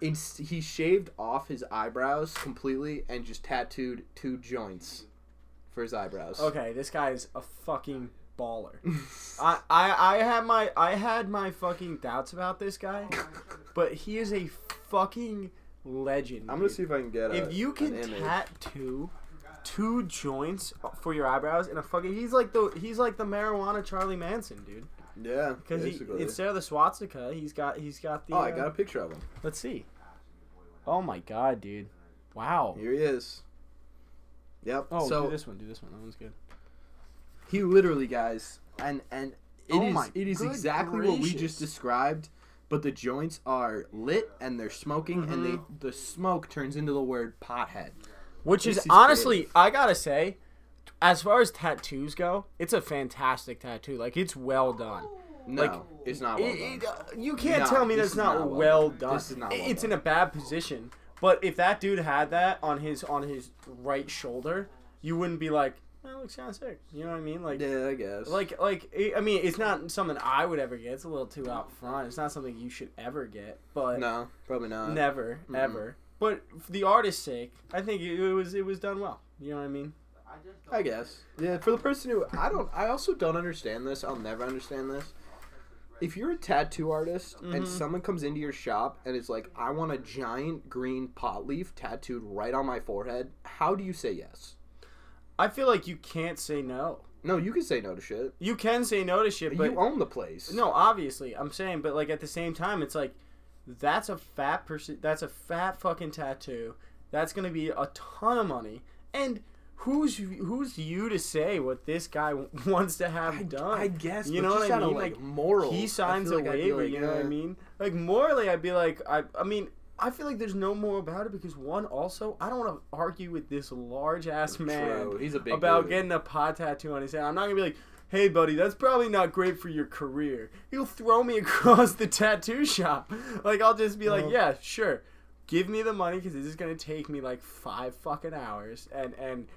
in- he shaved off his eyebrows completely and just tattooed two joints for his eyebrows.
Okay, this guy is a fucking baller. I, I I had my I had my fucking doubts about this guy, but he is a fucking legend.
I'm gonna
dude.
see if I can get a,
if you can
an image.
tattoo two joints for your eyebrows and a fucking he's like the he's like the marijuana Charlie Manson dude
yeah,
because he
basically.
instead of the swastika he's got he's got the
Oh, I
uh,
got a picture of him.
let's see oh my god dude wow
Here he is. Yep.
oh
so
do this one do this one that one's good
he literally, guys, and and it is
Oh my
it is
good
exactly what we
gracious.
just described, but the joints are lit and they're smoking, and
Mm-hmm.
they the smoke turns into the word pothead.
Which
This
is
is
honestly,
creative.
I gotta say, as far as tattoos go, it's a fantastic tattoo. Like it's well done.
No,
Like,
it's not. Well
It-
done.
it- uh, you can't
No,
tell me
this
that's
is
not,
not well
well
done.
done.
This is not
It-
well
it's in
done.
a bad position. But if that dude had that on his on his right shoulder, you wouldn't be like, that looks kind of sick. You know what I mean? Like.
yeah, I guess.
Like, like, it- I mean, it's not something I would ever get. It's a little too out front. It's not something you should ever get. But
no, probably not.
Never, ever. But for the artist's sake, I think it, it was it was done well. You know what I mean?
I guess. Yeah, for the person who I don't, I also don't understand this. I'll never understand this. If you're a tattoo artist
Mm-hmm.
and someone comes into your shop and is like, "I want a giant green pot leaf tattooed right on my forehead," how do you say yes?
I feel like you can't say no.
No, you can say no to shit.
You can say no to shit, but
you own the place.
no, obviously, I'm saying, but like at the same time, it's like that's a fat person. That's a fat fucking tattoo. That's gonna be a ton of money. And who's who's you to say what this guy w- wants to have done?
I guess.
You
but
know
just
what I
out of,
mean?
Like,
Like,
moral.
he signs a waiver. you know
uh,
what I mean? Like morally, I'd be like, I, I mean, I feel like there's no more about it because one, also, I don't want to argue with this large ass man
True. He's a big
about
dude.
getting a pot tattoo on his head. I'm not gonna be like, hey, buddy, that's probably not great for your career. He'll throw me across the tattoo shop. Like I'll just be
Oh.
like, yeah, sure, give me the money because this is gonna take me like five fucking hours, and and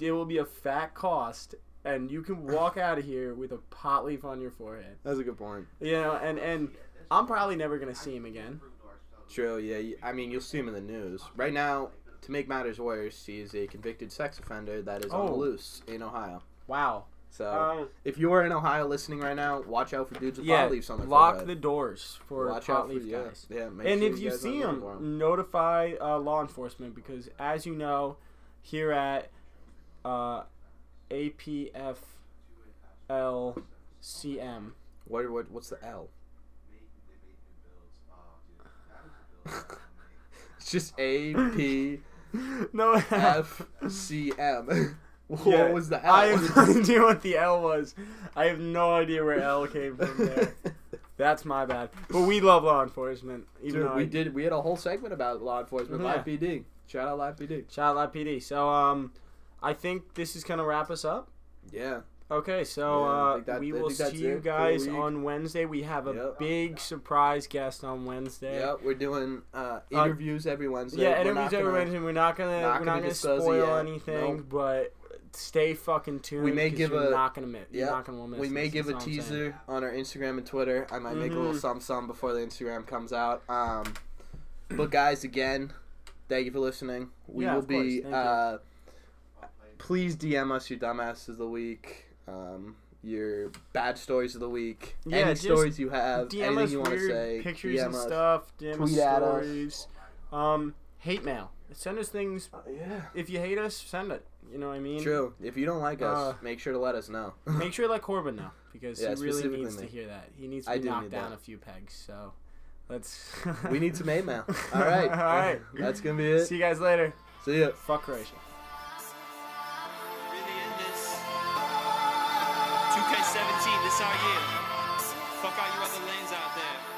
it will be a fat cost. And you can walk out of here with a pot leaf on your forehead
That's a good point.
you know and and i'm probably never gonna see him again
True. Yeah. you- I mean, you'll see him in the news right now. To make matters worse, he is a convicted sex offender that is on the
Oh.
loose in Ohio.
wow
So
Um,
if you are in Ohio listening right now, watch out for dudes with
yeah
pot leaves on their
lock the
forehead.
doors for
watch
pot
out
leaf
for yeah,
guys
yeah. Make
and
sure
if you
guys
see
aren't
him
looking for 'em.
notify uh, law enforcement because as you know here at uh, apfl CM.
What, what what's the L? it's just A P
No.
F C M. What
Yeah,
was the L?
I have no idea what the L was. I have no idea where L came from there. That's my bad. But we love law enforcement. Even
Dude,
though
we
I-
did. We had a whole segment about law enforcement.
Yeah.
Live PD. Shout out Live PD.
Shout out PD. So um, I think this is gonna wrap us up.
Yeah.
Okay, so
Yeah, I
uh,
think that-
we
I
will
think that's
see you
it for the
guys
week.
on Wednesday. We have a
Yep.
big surprise guest on Wednesday.
Yeah, we're doing uh, interviews every Wednesday.
Yeah,
We're
interviews
not
every
gonna-
Wednesday. We're not gonna
not
we're
gonna
not gonna
disclose it
spoil
yet.
anything, but stay fucking tuned.
We may
'cause
give
you're
a-
not gonna miss. You're
yeah,
not gonna miss.
We may
this,
give a
that's all I'm saying.
teaser on our Instagram and Twitter. I might make a little
Mhm.
sum sum before the Instagram comes out. Um, but guys, again, thank you for listening. We
Yeah,
will
of course.
be.
Thank you.
Uh, please DM us your dumbasses of the week. Um, your bad stories of the week.
Yeah,
any
just
stories you have.
DM
anything
us
you want to
weird
say.
pictures
DM
and
us.
stuff. DM
tweet
us
at us.
stories. Um, hate mail. Send us things.
Yeah.
If you hate us, send it. You know what I mean?
True. If you don't like us,
Uh,
make sure to let us know.
Make sure to let Corbin know because
Yeah,
he really
specifically
needs to
me.
hear that. He needs to
I
be
do
knocked
need
down
that.
a few pegs. So let's.
we need some hate mail. All right.
All right.
That's gonna be it.
See you guys later.
See ya.
Fuck Croatia.
2K17, this our year. Fuck all you other lanes out there.